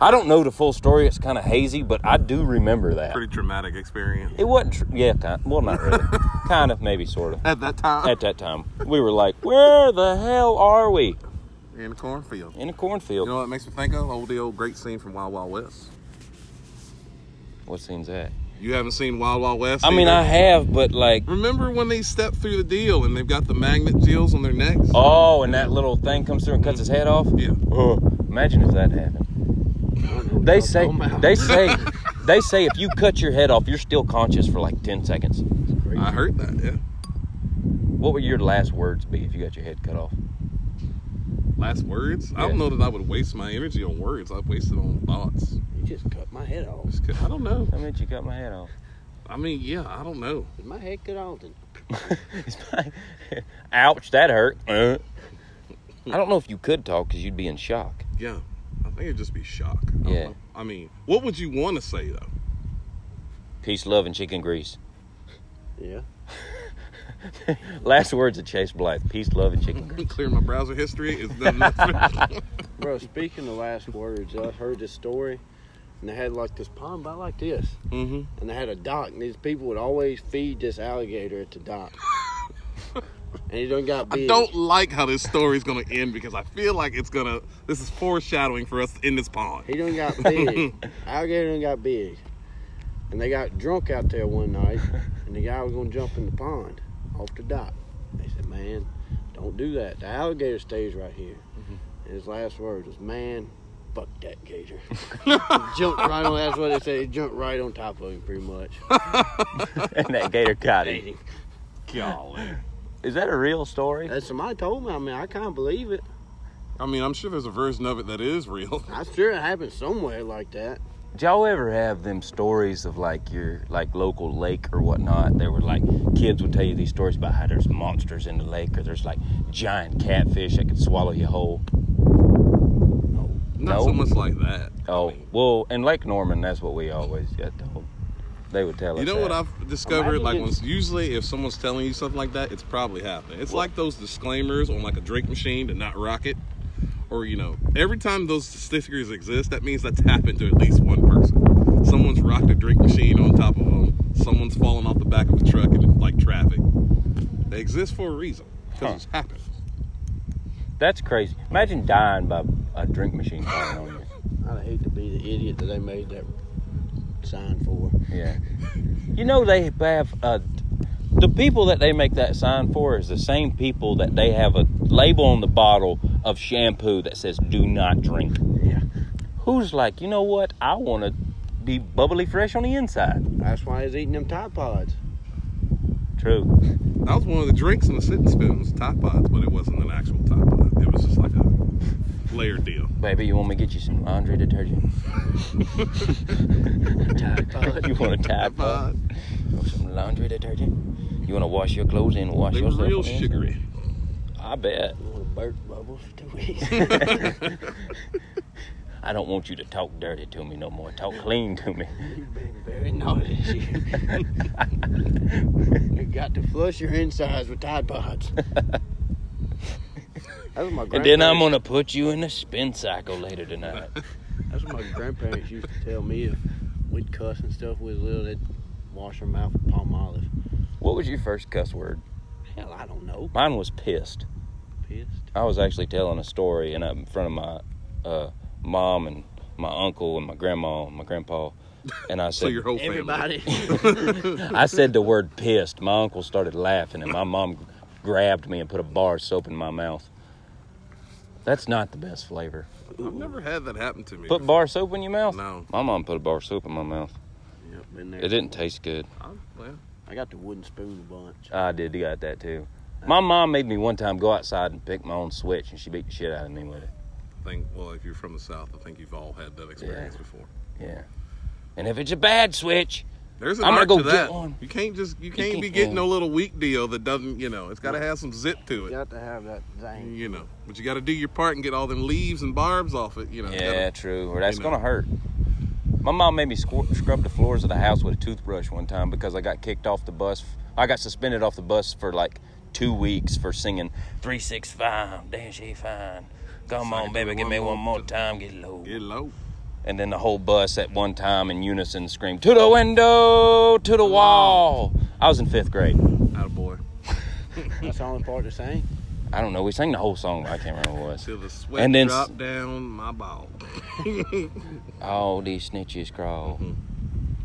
I don't know the full story; it's kind of hazy, but I do remember that.
Pretty traumatic experience
It wasn't, tr- yeah, kind well, not really. kind of, maybe, sort of.
at that time
At that time, we were like, where the hell are we?
in the cornfield.
In a cornfield.
You know what it makes me think of? Old the old great scene from Wild Wild West.
what scene's that?
You haven't seen Wild Wild West?
I mean,
either.
I have, but like,
Remember when they step through the deal and they've got the magnet deals on their necks?
oh, and that little thing comes through and cuts his head off?
Yeah.
Oh, imagine if that happened. They say, they say, they say if you cut your head off, you're still conscious for like 10 seconds.
I heard that, yeah.
What would your last words be if you got your head cut off?
Last words? I don't
Yeah.
know that I would waste my energy on words. I'd waste it on thoughts.
You just cut my head off.
Just 'cause- I don't know.
I mean, you cut my head off.
I mean, yeah, I don't know.
Is my head cut off? Then
It's like, Ouch, that hurt. Uh. I don't know if you could talk because you'd be in shock.
Yeah. I think it'd just be shock. I don't
Yeah.
know. I mean, what would you want to say, though?
Peace, love, and chicken grease.
Yeah.
Last words of Chase Blythe. Peace, love, and chicken grease.
Clear my browser history. Is that
Bro, speaking of last words, I heard this story, and they had like this pond about like this,
mm-hmm.
and they had a dock, and these people would always feed this alligator at the dock. and he done got
I
big.
don't like how this story's going to end because I feel like it's going to, this is foreshadowing for us in this pond.
He done got big. alligator done got big. And they got drunk out there one night, and the guy was gonna jump in the pond off the dock. They said, "Man, don't do that. The alligator stays right here."
Mm-hmm.
And his last words was, "Man, fuck that gator." jumped right on. That's what they said. He jumped right on top of him, pretty much.
and that gator caught
Ate
him.
him.
Golly.
Is that a real story?
And somebody told me. I mean, I can't believe it.
I mean, I'm sure there's a version of it that is real.
I'm sure it happened somewhere like that.
Did y'all ever have them stories of like your like local lake or whatnot? They were like kids would tell you these stories about how there's monsters in the lake or there's like giant catfish that could swallow you whole.
Not
No.
so much like that.
Oh well, in Lake Norman, that's what we always got told. They would tell us.
You know what
that.
I've discovered?
Imagine
Like,
it's-
when, usually if someone's telling you something like that, it's probably happening. It's like those disclaimers on like a drink machine to not rock it, or you know, every time those stickers exist, that means that's happened to at least one person. Someone's rocked a drink machine on top of them. Someone's fallen off the back of a truck in like traffic. They exist for a reason because
Huh.
it's happened.
That's crazy. Imagine dying by a drink machine falling on you.
I'd hate to be the idiot that they made that sign for.
Yeah. You know they have uh, the people that they make that sign for is the same people that they have a label on the bottle of shampoo that says "Do not drink."
Yeah.
Who's like, you know what? I want to be bubbly fresh on the inside.
That's why he's eating them Tide Pods.
True.
That was one of the drinks in the sitting spoon was Tide Pods, but it wasn't an actual Tide Pod. It was just like a layered deal.
Baby, you want me to get you some laundry detergent?
Tide Pod.
You want a Tide
Uh,
Pod? Or some laundry detergent? You want to wash your clothes in and wash
They were
yourself? on
real
the inside?
sugary.
I bet.
Little burp bubbles too
I don't want you to talk dirty to me no more. Talk clean to me.
You've been very naughty this year. you got to flush your insides with Tide Pods. That's what my
And then I'm
grandparents-
gonna put you in a spin cycle later tonight.
That's what my grandparents used to tell me if we'd cuss and stuff with little, they'd wash their mouth with palm olive.
what was your first cuss word?
Hell, I don't know.
Mine was pissed.
Pissed.
I was actually telling a story, and I'm in front of my uh, mom and my uncle and my grandma and my grandpa, and I
So
said,
your whole family.
Everybody.
I said the word pissed. My uncle started laughing, and my mom grabbed me and put a bar of soap in my mouth. That's not the best flavor.
I've never had that happen to me.
Put
before.
bar soap in your mouth?
No.
My mom put a bar of soap in my mouth.
Yeah.
up in there.
It didn't taste good.
Oh, well,
I got the wooden spoon a bunch.
I did. You got that too. My mom made me one time go outside and pick my own switch, and she beat the shit out of me with it.
I think, well, if you're from the South, I think you've all had that experience before.
Yeah. And if it's a bad switch,
There's an
I'm gonna
art
go
to
get
that.
one.
You can't just you can't
can't-
be getting
yeah.
no little weak deal that doesn't you know. It's got to have some zip to
You
it.
got to have that thing.
You know, but you got to do your part and get all them leaves and barbs off it. You know.
yeah, true. Or that's
you know.
gonna hurt. My mom made me squ- scrub the floors of the house with a toothbrush one time because I got kicked off the bus. I got suspended off the bus for like two weeks for singing three six five. Damn, she fine. Come on,
Sorry,
baby,
give me
give me
one
one
more
more time. Get low.
Get low.
and then the whole bus at one time in unison screamed to the window to the wall i was in fifth grade
Out of boy.
That's the only part that's saying.
i don't know we sang the whole song but i can't remember what it was
Till the sweat
And then s-
drop down my ball.
all these snitches crawl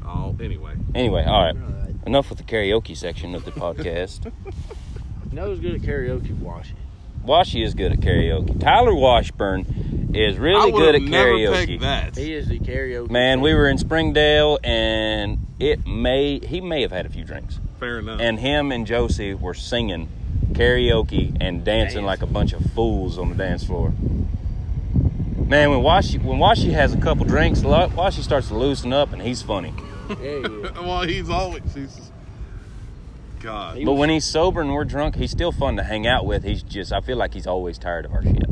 oh, anyway.
anyway all right
Right.
enough with the karaoke section of the podcast
No, it's good at karaoke washing.
washy is good at karaoke tyler washburn is really
I
good at
would've never picked
karaoke
that.
He is the karaoke.
man we were in springdale and it may he may have had a few drinks
Fair enough.
and him and josie were singing karaoke and dancing
Dance.
like a bunch of fools on the dance floor man when washi when washi has a couple drinks lo- washi starts to loosen up and he's funny
Yeah, yeah.
well, he's always he's God.
He
but
was-
when he's sober and we're drunk he's still fun to hang out with he's just i feel like he's always tired of our shit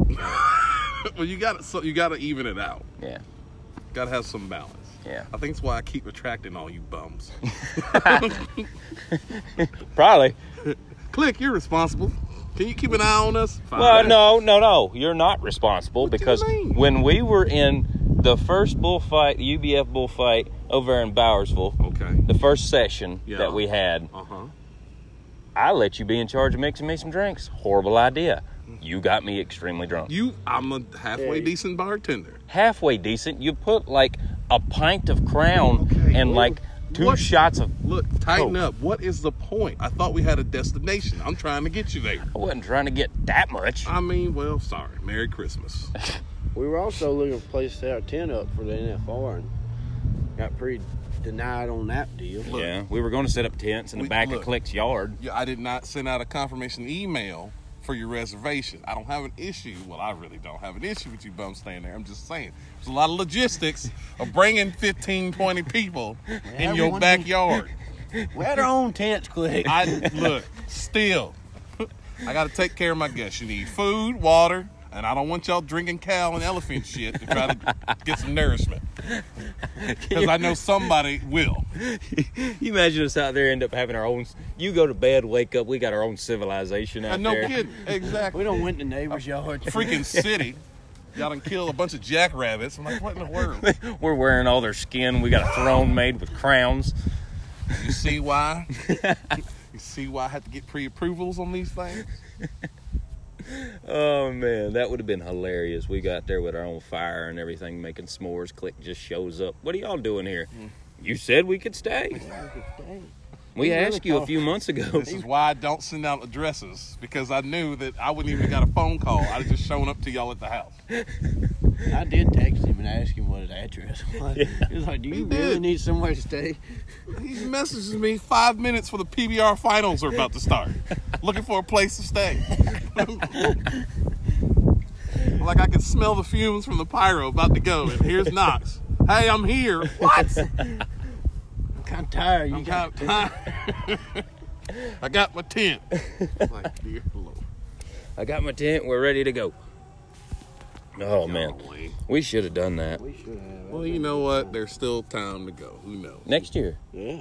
well, you got to so you got to even it out.
yeah
Got to have some balance.
yeah
I think that's why I keep attracting all you bums.
probably
Click, you're responsible. Can you keep an eye on us? Fine.
Well, no, no, no. You're not responsible
What do you
because
mean?
when we were in the first bullfight, the UBF bullfight over in Bowersville,
Okay.
the first session
Yeah.
that we had,
Uh huh.
I let you be in charge of mixing me some drinks. Horrible idea. You got me extremely drunk.
You, I'm a halfway
Hey.
decent bartender.
Halfway decent, you put like a pint of Crown
Okay,
and
well,
like two
what-
shots of.
Look, tighten
Coke.
up. What is the point? I thought we had a destination. I'm trying to get you there.
I wasn't trying to get that much.
I mean, well, sorry. Merry Christmas.
We were also looking for places to set our tent up for the NFR and got pretty denied on that deal.
yeah, we were going to set up tents in the
We-
back
look.
of Click's yard.
Yeah, I did not send out a confirmation email for your reservation. I don't have an issue. Well, I really don't have an issue with you bums staying there. I'm just saying. There's a lot of logistics of bringing 15, 20 people in your
everyone-
backyard.
We had our own tents quick.
I look still. I got to take care of my guests. You need food, water, and I don't want y'all drinking cow and elephant shit to try to get some nourishment. Because I know somebody will.
You imagine us out there end up having our own. You go to bed, wake up, we got our own civilization out
And no
there.
kidding, exactly.
We don't went to neighbors' yards.
Freaking city. Y'all done kill a bunch of jackrabbits. I'm like, what in the world?
We're wearing all their skin. We got a throne made with crowns.
You see why? You see why I had to get pre-approvals on these things?
Oh man, that would have been hilarious. We got there with our own fire and everything, making s'mores. Click just shows up. What are y'all doing here?
Hmm.
You said we could stay. We
He really
asked you a
thought-
few months ago.
This is why I don't send out addresses because I knew that I wouldn't even got a phone call. I'd have just shown up to y'all at the house.
I did text him and ask him what his address was. He was like, "Do
He
you really
did.
need somewhere to stay?"
He messages me five minutes for the PBR finals are about to start. Looking for a place to stay. like I can smell the fumes from the pyro about to go, and here's Knox. Hey, I'm here. What?
I'm kind of tired. You
I'm
got
kind of tired. I got my tent. Like, dear Lord.
I got my tent. We're ready to go. Oh man,
Golly.
we should have done that
We should have.
Well, you know what? There's still time to go. Who knows?
next year,
Yeah,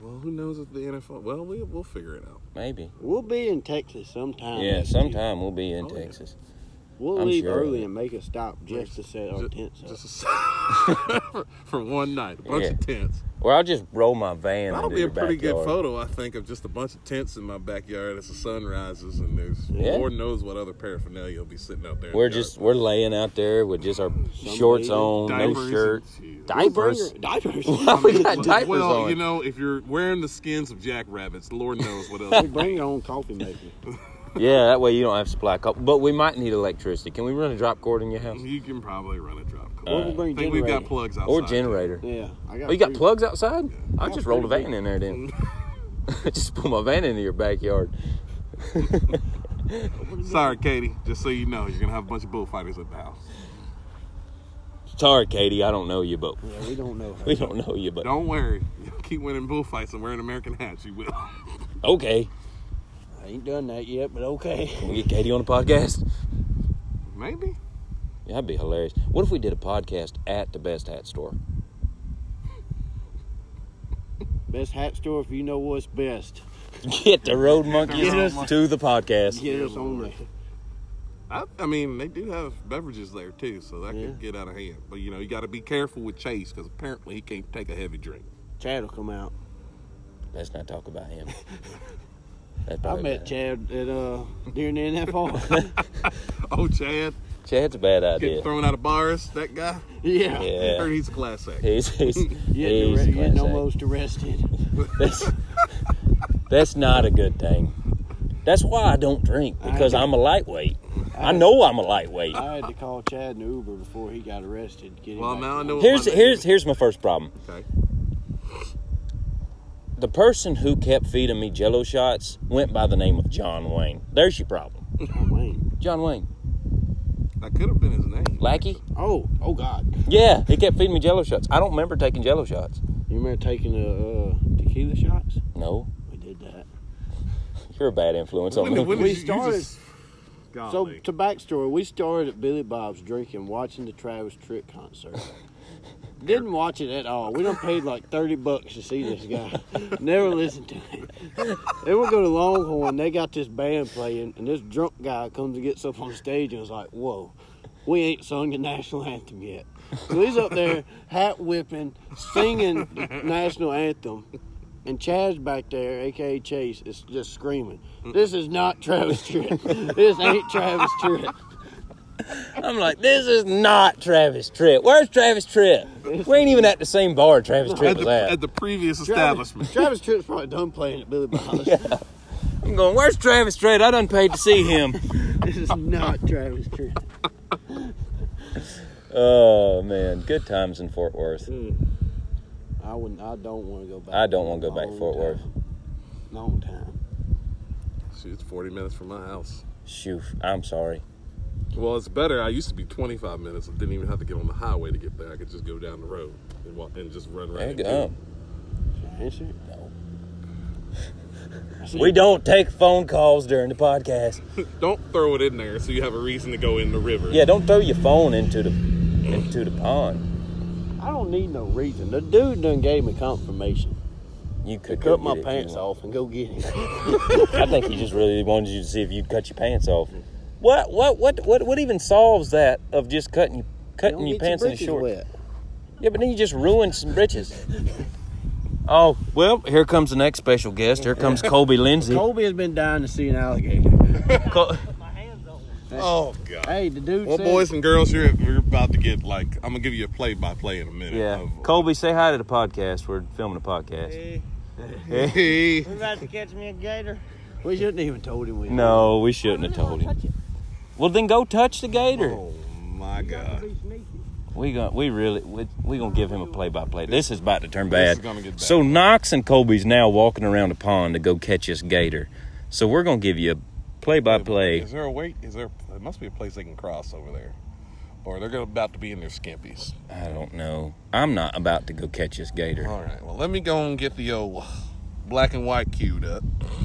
Well, who knows if the NFL? Well, we, we'll figure it out.
maybe.
we'll be in Texas sometime.
Yeah,
next year.
sometime we'll be in
Oh, yeah.
Texas.
We'll
I'm
leave
sure.
early and make a stop just to set
Oh,
Ju-
our tents up.
Just, for, for one night, a bunch of tents.
Or I'll just roll my van.
That'll
into
be a
your
pretty good
backyard.
photo, I think, of just a bunch of tents in my backyard as the sun rises and there's
Yeah.
Lord knows what other paraphernalia will be sitting out there. in
We're
the yard.
just we're laying out there with just our shorts
lady-
on, no
Diapers
shirt,
and-
diapers.
diapers.
Why we got diapers
well,
on?
you know, if you're wearing the skins of jackrabbits, Lord knows what else.
we bring our own coffee maker.
yeah, that way you don't have supply. Co- but we might need electricity. Can we run a drop cord in your house
You can probably run a drop.
Or
cord.
we'll bring
I think we've got
generator.
plugs outside.
or generator?
Yeah, I got.
Oh, you got
three.
plugs outside? I
got
just rolled a
three.
van in there then.
Mm-hmm.
just put my van into your backyard.
Sorry, Katie. Just so you know, you're gonna have a bunch of bullfighters at the house.
Sorry, Katie, I don't know you, but
Yeah, we don't know.
we don't know you, but
Don't worry. You'll keep winning bullfights and wearing American hats. You will.
okay.
I ain't done that yet, but okay.
Can we get Katie on the podcast?
Maybe.
Yeah, that'd be hilarious. What if we did a podcast at the best hat store?
Best hat store if you know what's best.
Get the road monkeys
Get us-
to the podcast.
Get us on the.
I, I mean, they do have beverages there too, so that
Yeah.
could get out of hand. But you know, you got to be careful with Chase because apparently he can't take a heavy drink.
Chad will come out.
Let's not talk about him. That's
I
probably
met
bad.
Chad at uh during the NFL.
Oh, Chad,
Chad's a bad
getting
idea.
thrown out of bars. That guy.
yeah.
Yeah.
Heard he's a class act.
He's, he's,
Yeah,
he's
direct-
a
getting
class act.
almost arrested.
That's that's not a good thing. That's why I don't drink because I'm a lightweight. I know I'm a lightweight.
I had to call Chad and Uber before he got arrested. Get him
Well,
back
now I
on.
know. what
Here's
my name
here's
is.
here's my first problem.
Okay.
The person who kept feeding me Jello shots went by the name of John Wayne. There's your problem,
Oh, Wayne.
John Wayne.
That could have been his name.
Lackey?
Oh, oh God!
Yeah, he kept feeding me Jello shots. I don't remember taking Jello shots.
You remember taking the uh, tequila shots?
No,
We did that.
you're a bad influence on
When did-
me.
when did
We
you- you
started-
just-
So
Golly.
to backstory, we started at Billy Bob's drinking, watching the Travis Tritt concert. Didn't watch it at all. We done paid like thirty bucks to see this guy. Never listened to it. Then we go to Longhorn. They got this band playing, and this drunk guy comes and gets up on stage and is like, "Whoa, we ain't sung the national anthem yet." So he's up there hat whipping, singing the national anthem. And Chad's back there, aka Chase, is just screaming. This is not Travis Tritt. this ain't Travis Tritt.
I'm like, this is not Travis Tritt. Where's Travis Tritt? We ain't even at the same bar Travis Tritt
at
was
the,
at.
at the previous
Travis,
establishment.
Travis Tritt's probably done playing at Billy Bob's.
I'm going, where's Travis Tritt? I done paid to see him.
This is not Travis Tritt.
Oh man, good times in Fort Worth.
I wouldn't. I don't want to go back.
I don't want to go back to Fort Worth.
Long time.
Shoot, it's 40 minutes from my house.
Shoof, I'm sorry.
Well, it's better. I used to be 25 minutes. I didn't even have to get on the highway to get there. I could just go down the road and walk and just run right.
There you
into
go.
Answer.
We don't take phone calls during the podcast.
it. Don't throw it in there so you have a reason to go in the river.
Yeah, don't throw your phone into the into the pond.
I don't need no reason. The dude done gave me confirmation.
You
To
could go
cut my
get it if you
pants
want.
off and go get him.
I think he just really wanted you to see if you'd cut your pants off. What what what what what even solves that of just cutting you cutting
Don't
your
get
pants and
britches
your shorts?
wet.
Yeah, but then you just ruined some britches. Oh well, here comes the next special guest. Here comes Colby Lindsay.
Colby has been dying to see an alligator.
Col-
Oh God.
Hey, the dude.
Well,
said,
boys and girls, you're you're about to get like I'm gonna give you a play by play in a minute.
Yeah.
of-
Colby, say hi to the podcast. We're filming a podcast.
Hey.
about to catch me a gator.
we shouldn't even told him we.
No, we shouldn't have told him. Well, then go touch the gator.
Oh my God.
We gonna we really we, we gonna give him a play by play. This is about to turn
This
bad.
is gonna get bad.
So Knox and Colby's now walking around the pond to go catch this gator. So we're gonna give you a play by play.
Is there a wait? Is there? There must be a place they can cross over there, or they're gonna, about to be in their skimpies.
I don't know. I'm not about to go catch this gator.
All right. Well, let me go and get the old black and white queued up.
Oh.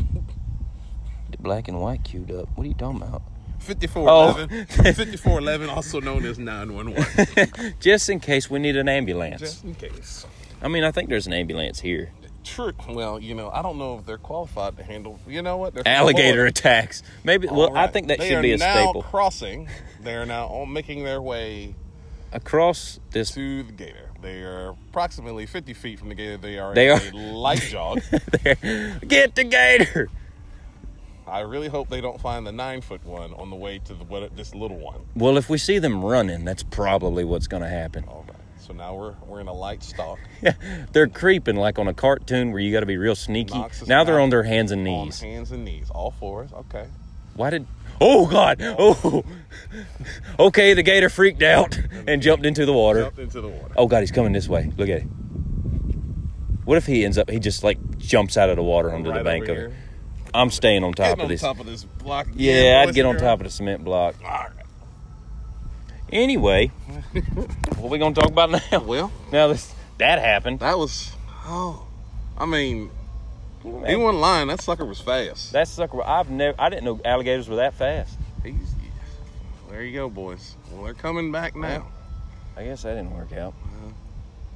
The black and white queued up. What are you talking about?
5411, 5411, also known as 911,
Just in case we need an ambulance.
just in case.
I mean, I think there's an ambulance here.
True. Well, you know, I don't know if they're qualified to handle. You know what? They're from
Alligator
Florida.
attacks. Maybe. well,
All right.
I think that
They
should be
are
a
now
staple.
Crossing, they are now all making their way
Across this
to the gator. They are approximately 50 feet from the gator. They are
They
in
are-
a light jog.
there. Get the gator.
I really hope they don't find the nine foot one on the way to the what, this little one.
Well, if we see them running, that's probably what's going to happen.
All right. So now we're we're in a light stalk
They're creeping like on a cartoon where you got to be real sneaky.
Knocks us
Now they're
out.
on their hands and
on
knees.
hands and knees, all fours. Okay.
Why did? Oh God! Oh, okay. The gator freaked out and jumped into the water.
Jumped into the water.
Oh God, he's coming this way. Look at it. What if he ends up? He just like jumps out of the water onto
Right
the bank
over
of
here.
it. I'm staying on top
Getting
of
on
this.
top of this block.
Yeah, I'd
boys,
get on
girl.
top of the cement block.
Alright.
Anyway, what we gonna talk about now?
Well,
Now this that happened.
that was. Oh, I mean, he wasn't lying. That sucker was fast.
That sucker. I've never. I didn't know alligators were that fast.
He's, there you go, boys. Well, they're coming back now.
I guess that didn't work out.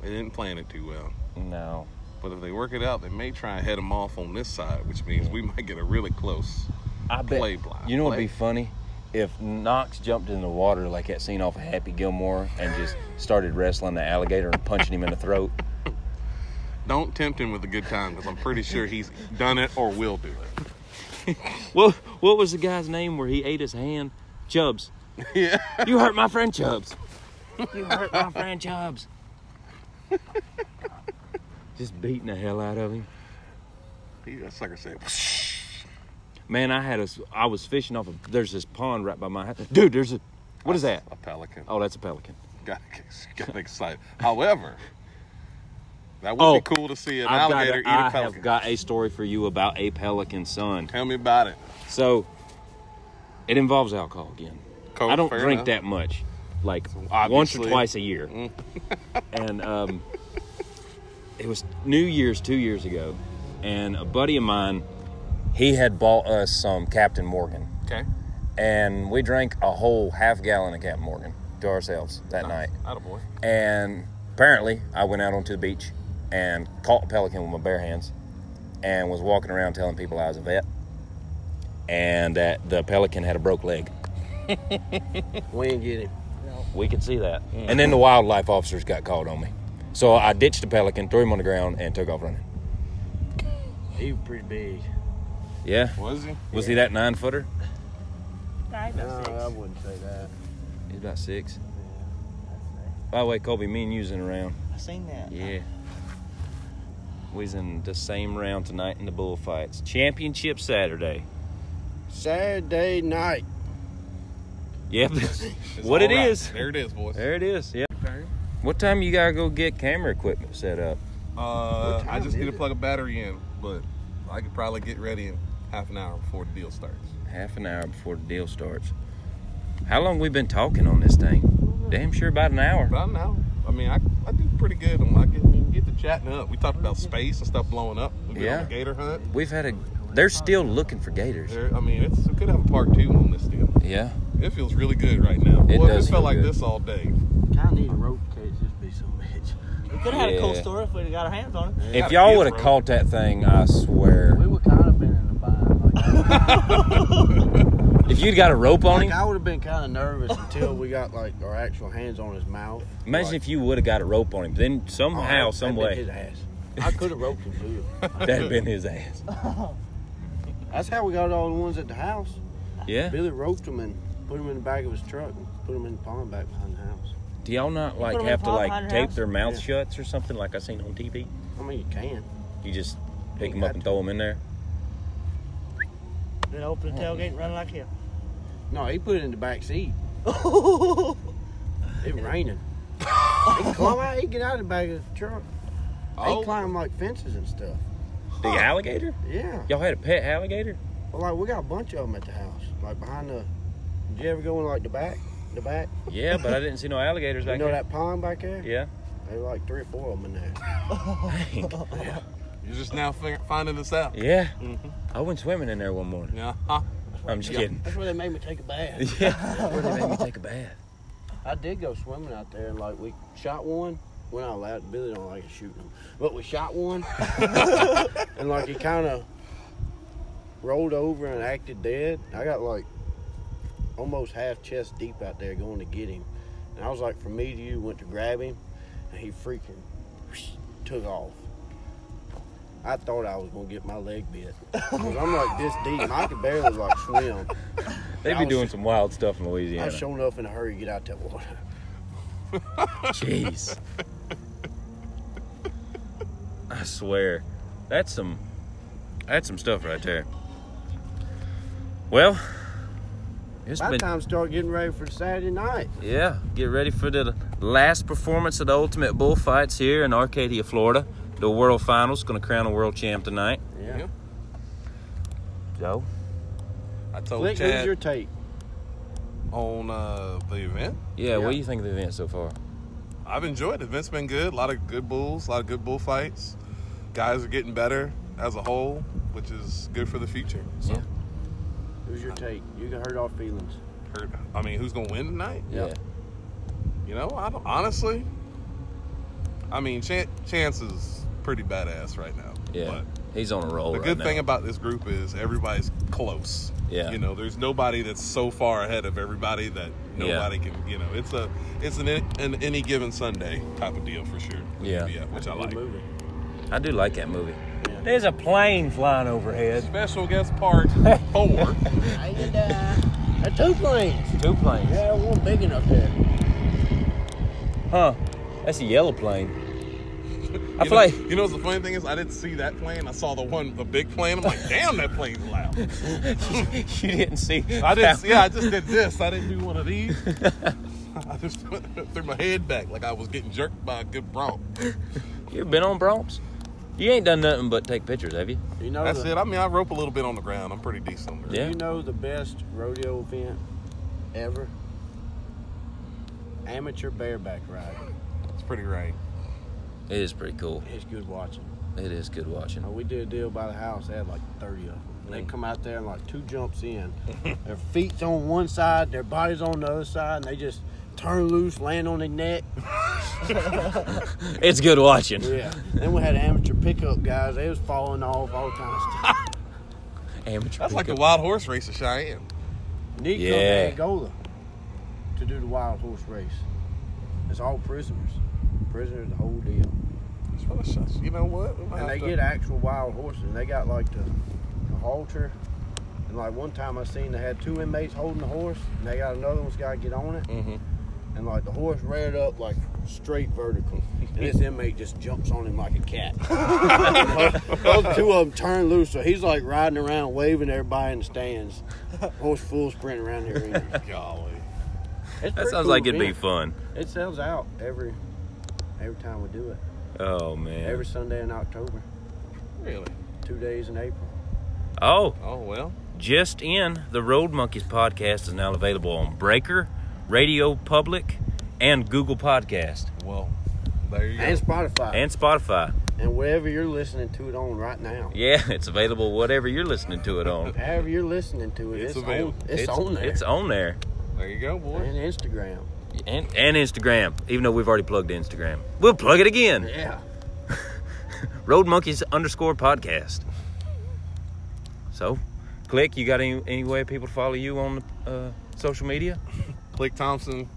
They didn't plan it too well.
No.
But if they work it out, they may try and head them off on this side, which means we might get a really close
I bet.
play blind.
You know what'd be
play.
funny? If Knox jumped in the water like that scene off of Happy Gilmore and just started wrestling the alligator and punching him in the throat.
Don't tempt him with a good time because I'm pretty sure he's done it or will do it.
Well, what was the guy's name where he ate his hand? Chubbs. Yeah. You hurt my friend Chubbs. You hurt my friend Chubbs. Just beating the hell out of him.
He, that sucker said,
Man, I had a s- I was fishing off of there's this pond right by my house. Dude, there's a what is that?
a pelican.
Oh, that's a pelican.
Got, got excited. However, that would
Oh,
be cool to see an
I've got
alligator
a-
eat
I
a pelican.
have got a story for you about a pelican son.
Tell me about it.
So it involves alcohol again.
Coach,
I don't
Oh, fair
drink
enough.
that much, like once or
obviously- Mm.
twice a year. and um, it was New Year's two years ago, and a buddy of mine, he had bought us some Captain Morgan,
Okay.
and we drank a whole half gallon of Captain Morgan to ourselves that night.
Attaboy.
And apparently, I went out onto the beach and caught a pelican with my bare hands and was walking around telling people I was a vet and that the pelican had a broke leg.
We ain't get Mm-hmm. him.
We could see that. And then the wildlife officers got called on me. So I ditched the pelican, threw him on the ground, and took off running.
He was pretty big.
Yeah.
Was he?
Was he that nine footer?
No, I wouldn't say that.
He's about six. By the way, Colby, me and you's in a round.
I seen that.
Yeah. We's in the same round tonight in the bullfights. Championship Saturday.
Saturday night.
Yep.
It's
what
all
it
right.
is.
There it is, boys.
There it is. Yeah. What time you gotta go get camera equipment set up?
Uh,
What
I
time
just need
is
to
it?
plug a battery in, but I could probably get ready in half an hour before the deal starts.
Half an hour before the deal starts. How long we been talking on this thing? Damn sure about an hour.
But I don't know. I mean, I, I do pretty good. when I get, we get to chatting up. We talked about space and stuff blowing up. We did
Yeah.
on the gator hunt.
We've had a. They're still looking for gators.
There, I mean, it's, we could have a part two on this deal.
Yeah.
It feels really good right now.
It
Boy,
does
if it felt
feel
like
good.
this all day.
I need a rope cage. This be so bitch.
We could have had a cool
Yeah.
story if we'd have got our hands on it.
If
Got a
y'all
kid's
would have
room.
caught that thing, I swear.
We would kind of been in the bind. Like,
If you'd got a rope on
like
him,
I would have been kind of nervous until we got like our actual hands on his mouth. oh,
imagine if you would have got a rope on him. Then somehow,
That'd
some
been His
way,
ass. I could have roped him too.
that'd been his ass.
That's how we got all the ones at the house.
Yeah.
Billy roped him and put him in the back of his truck and put him in the pond back behind the house.
Do y'all not like
put 'em in
have to
Paul
like
behind your
tape
house?
their mouth
Yeah.
shuts or something like I seen on TV?
I mean, you can.
You just pick
Ain't
them up
got
and throw them in there.
Then open the tailgate and run like hell.
No, he put it in the back seat. It raining.
Oh.
he climb out. He get out of the back of the truck.
Oh.
He climb like fences and stuff.
The alligator?
Yeah.
Y'all had a pet alligator?
Well, like we got a bunch of them at the house. Like behind the. Did you ever go in like the back? The back.
Yeah, but I didn't see no alligators
You
back
know
there.
that pond back there?
Yeah.
There were like three or four of them in there.
Dang.
You're just now fi- finding this out.
Yeah. I went swimming in there one morning.
Yeah. Huh?
I'm just kidding.
Mm-hmm. That's where they made me take a bath.
Yeah. Where they made me take a bath.
I did go swimming out there. and Like we shot one. We're not allowed. Billy don't like us shooting them, but we shot one, and like he kind of rolled over and acted dead. I got like almost half chest deep out there going to get him, and I was like from me to you went to grab him, and he freaking took off. I thought I was gonna get my leg bit. 'Cause I'm like this deep, and I could barely like swim.
They
I
be
was
doing
just-
some wild stuff in
I
Louisiana.
was showing up in a hurry to get out that water.
Jeez. I swear, that's some that's some stuff right there. Well, It's
By the
been
time start getting ready for Saturday night.
yeah. Get ready for the last performance of the Ultimate Bullfights here in Arcadia, Florida. The World Finals going to crown a world champ tonight.
Yeah.
Yeah.
Joe,
I told
Click, who's
Oh, Chad
your take?
on uh, the event.
yeah,
Yeah.
What do you think of the event so far?
I've enjoyed it. Event's been good. A lot of good bulls. A lot of good bullfights. Guys are getting better as a whole, which is good for the future. So,
Yeah.
Who's your take? You can hurt our feelings.
hurt- I mean, who's gonna win tonight?
Yeah.
You know, I don't, honestly, I mean, Chan Chance is pretty badass right now.
Yeah. Yeah. He's on a roll.
But the
right
good
now.
thing about this group is everybody's close.
Yeah.
You know, there's nobody that's so far ahead of everybody that
Yeah.
nobody can. You know, it's a it's an an any given Sunday type of deal for sure.
Yeah.
Yeah, which I like.
Movie.
I do like that movie.
There's a plane flying overhead.
Special guest part four.
At two planes.
Two planes.
Yeah, one big enough there.
Huh. That's a yellow plane. I
You
feel
know,
like
you know what's the funny thing is I didn't see that plane. I saw the one, the big plane. I'm like, damn, that plane's loud.
you didn't see.
I didn't. see- Yeah, I just did this. I didn't do one of these. I just threw my head back like I was getting jerked by a good bronc.
You've been on Bronx. You ain't done nothing but take pictures, have you?
You know
That's
the,
it. I mean, I rope a little bit on the ground. I'm pretty decent.
Yeah.
You know the best rodeo event ever? Amateur bareback riding.
it's pretty right.
It is pretty cool.
It's good watching.
It is good watching.
Uh, we did a deal by the house. They had like 30 of them. And they come out there and like two jumps in. their feet's on one side, their body's on the other side, and they just turn loose, land on their neck.
It's good watching.
Yeah. then we had amateur pickup guys. They was falling off all kinds of stuff.
Amateur.
That's like the
pickup.
wild horse race of Cheyenne.
Nico
Yeah.
to Angola to do the wild horse race. It's all prisoners. Prisoners, the whole deal.
It's full of shots. You know what? We might have
And they
to-
get actual wild horses. They got like the, the halter. And like one time I seen they had two inmates holding the horse, and they got another one's got to get on it.
Mhm.
And like the horse reared up like straight vertical, and this inmate just jumps on him like a cat. Those two of them turn loose, so he's like riding around waving at everybody in the stands. Horse full sprint around the arena.
Golly.
That sounds like it'd be fun.
It sells out every every time we do it.
Oh man.
Every Sunday in October,
Really?
two days in April.
oh,
Oh well.
just in, the Road Monkeys podcast is now available on Breaker, Radio Public, and Google Podcast
Well, there you go.
And Spotify.
and Spotify.
And wherever you're listening to it on right now,
Yeah, it's available whatever you're listening to it on.
however you're listening to it,
It's
it's,
available.
on, it's, on there.
It's on there.
there you go, boy.
and Instagram.
And, and Instagram, even though we've already plugged Instagram. We'll plug it again.
Yeah.
Road Monkeys underscore podcast. So, click. You got any any way people to follow you on uh, social media?
Click Thompson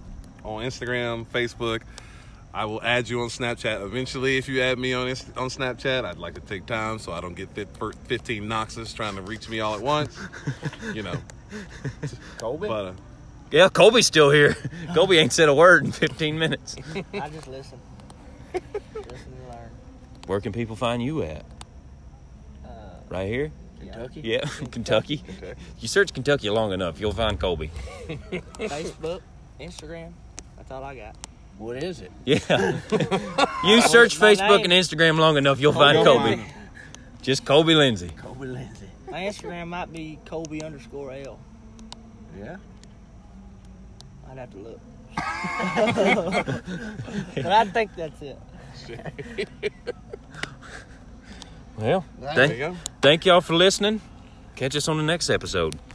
on Instagram, Facebook. I will add you on Snapchat eventually. If you add me on Inst- on Snapchat, I'd like to take time so I don't get fif- fir- 15 Noxes trying to reach me all at once. you know,
Colby?
but uh,
Yeah, Colby's still here. Colby ain't said a word in 15 minutes.
I just listen. listen and learn.
Where can people find you at?
Uh,
Right here?
Kentucky?
Yeah, Kentucky.
Okay.
You search Kentucky long enough, you'll find Colby.
Facebook, Instagram. That's all I got.
What is it?
Yeah. you search
my
Facebook and
name.
Instagram long enough, you'll find Colby.
Lindsay.
Just Colby Lindsay.
Colby Lindsay.
My Instagram might be Colby underscore L.
Yeah.
I'd have to look. but I think that's it.
Well,
there
thank,
you go.
thank y'all for listening. Catch us on the next episode.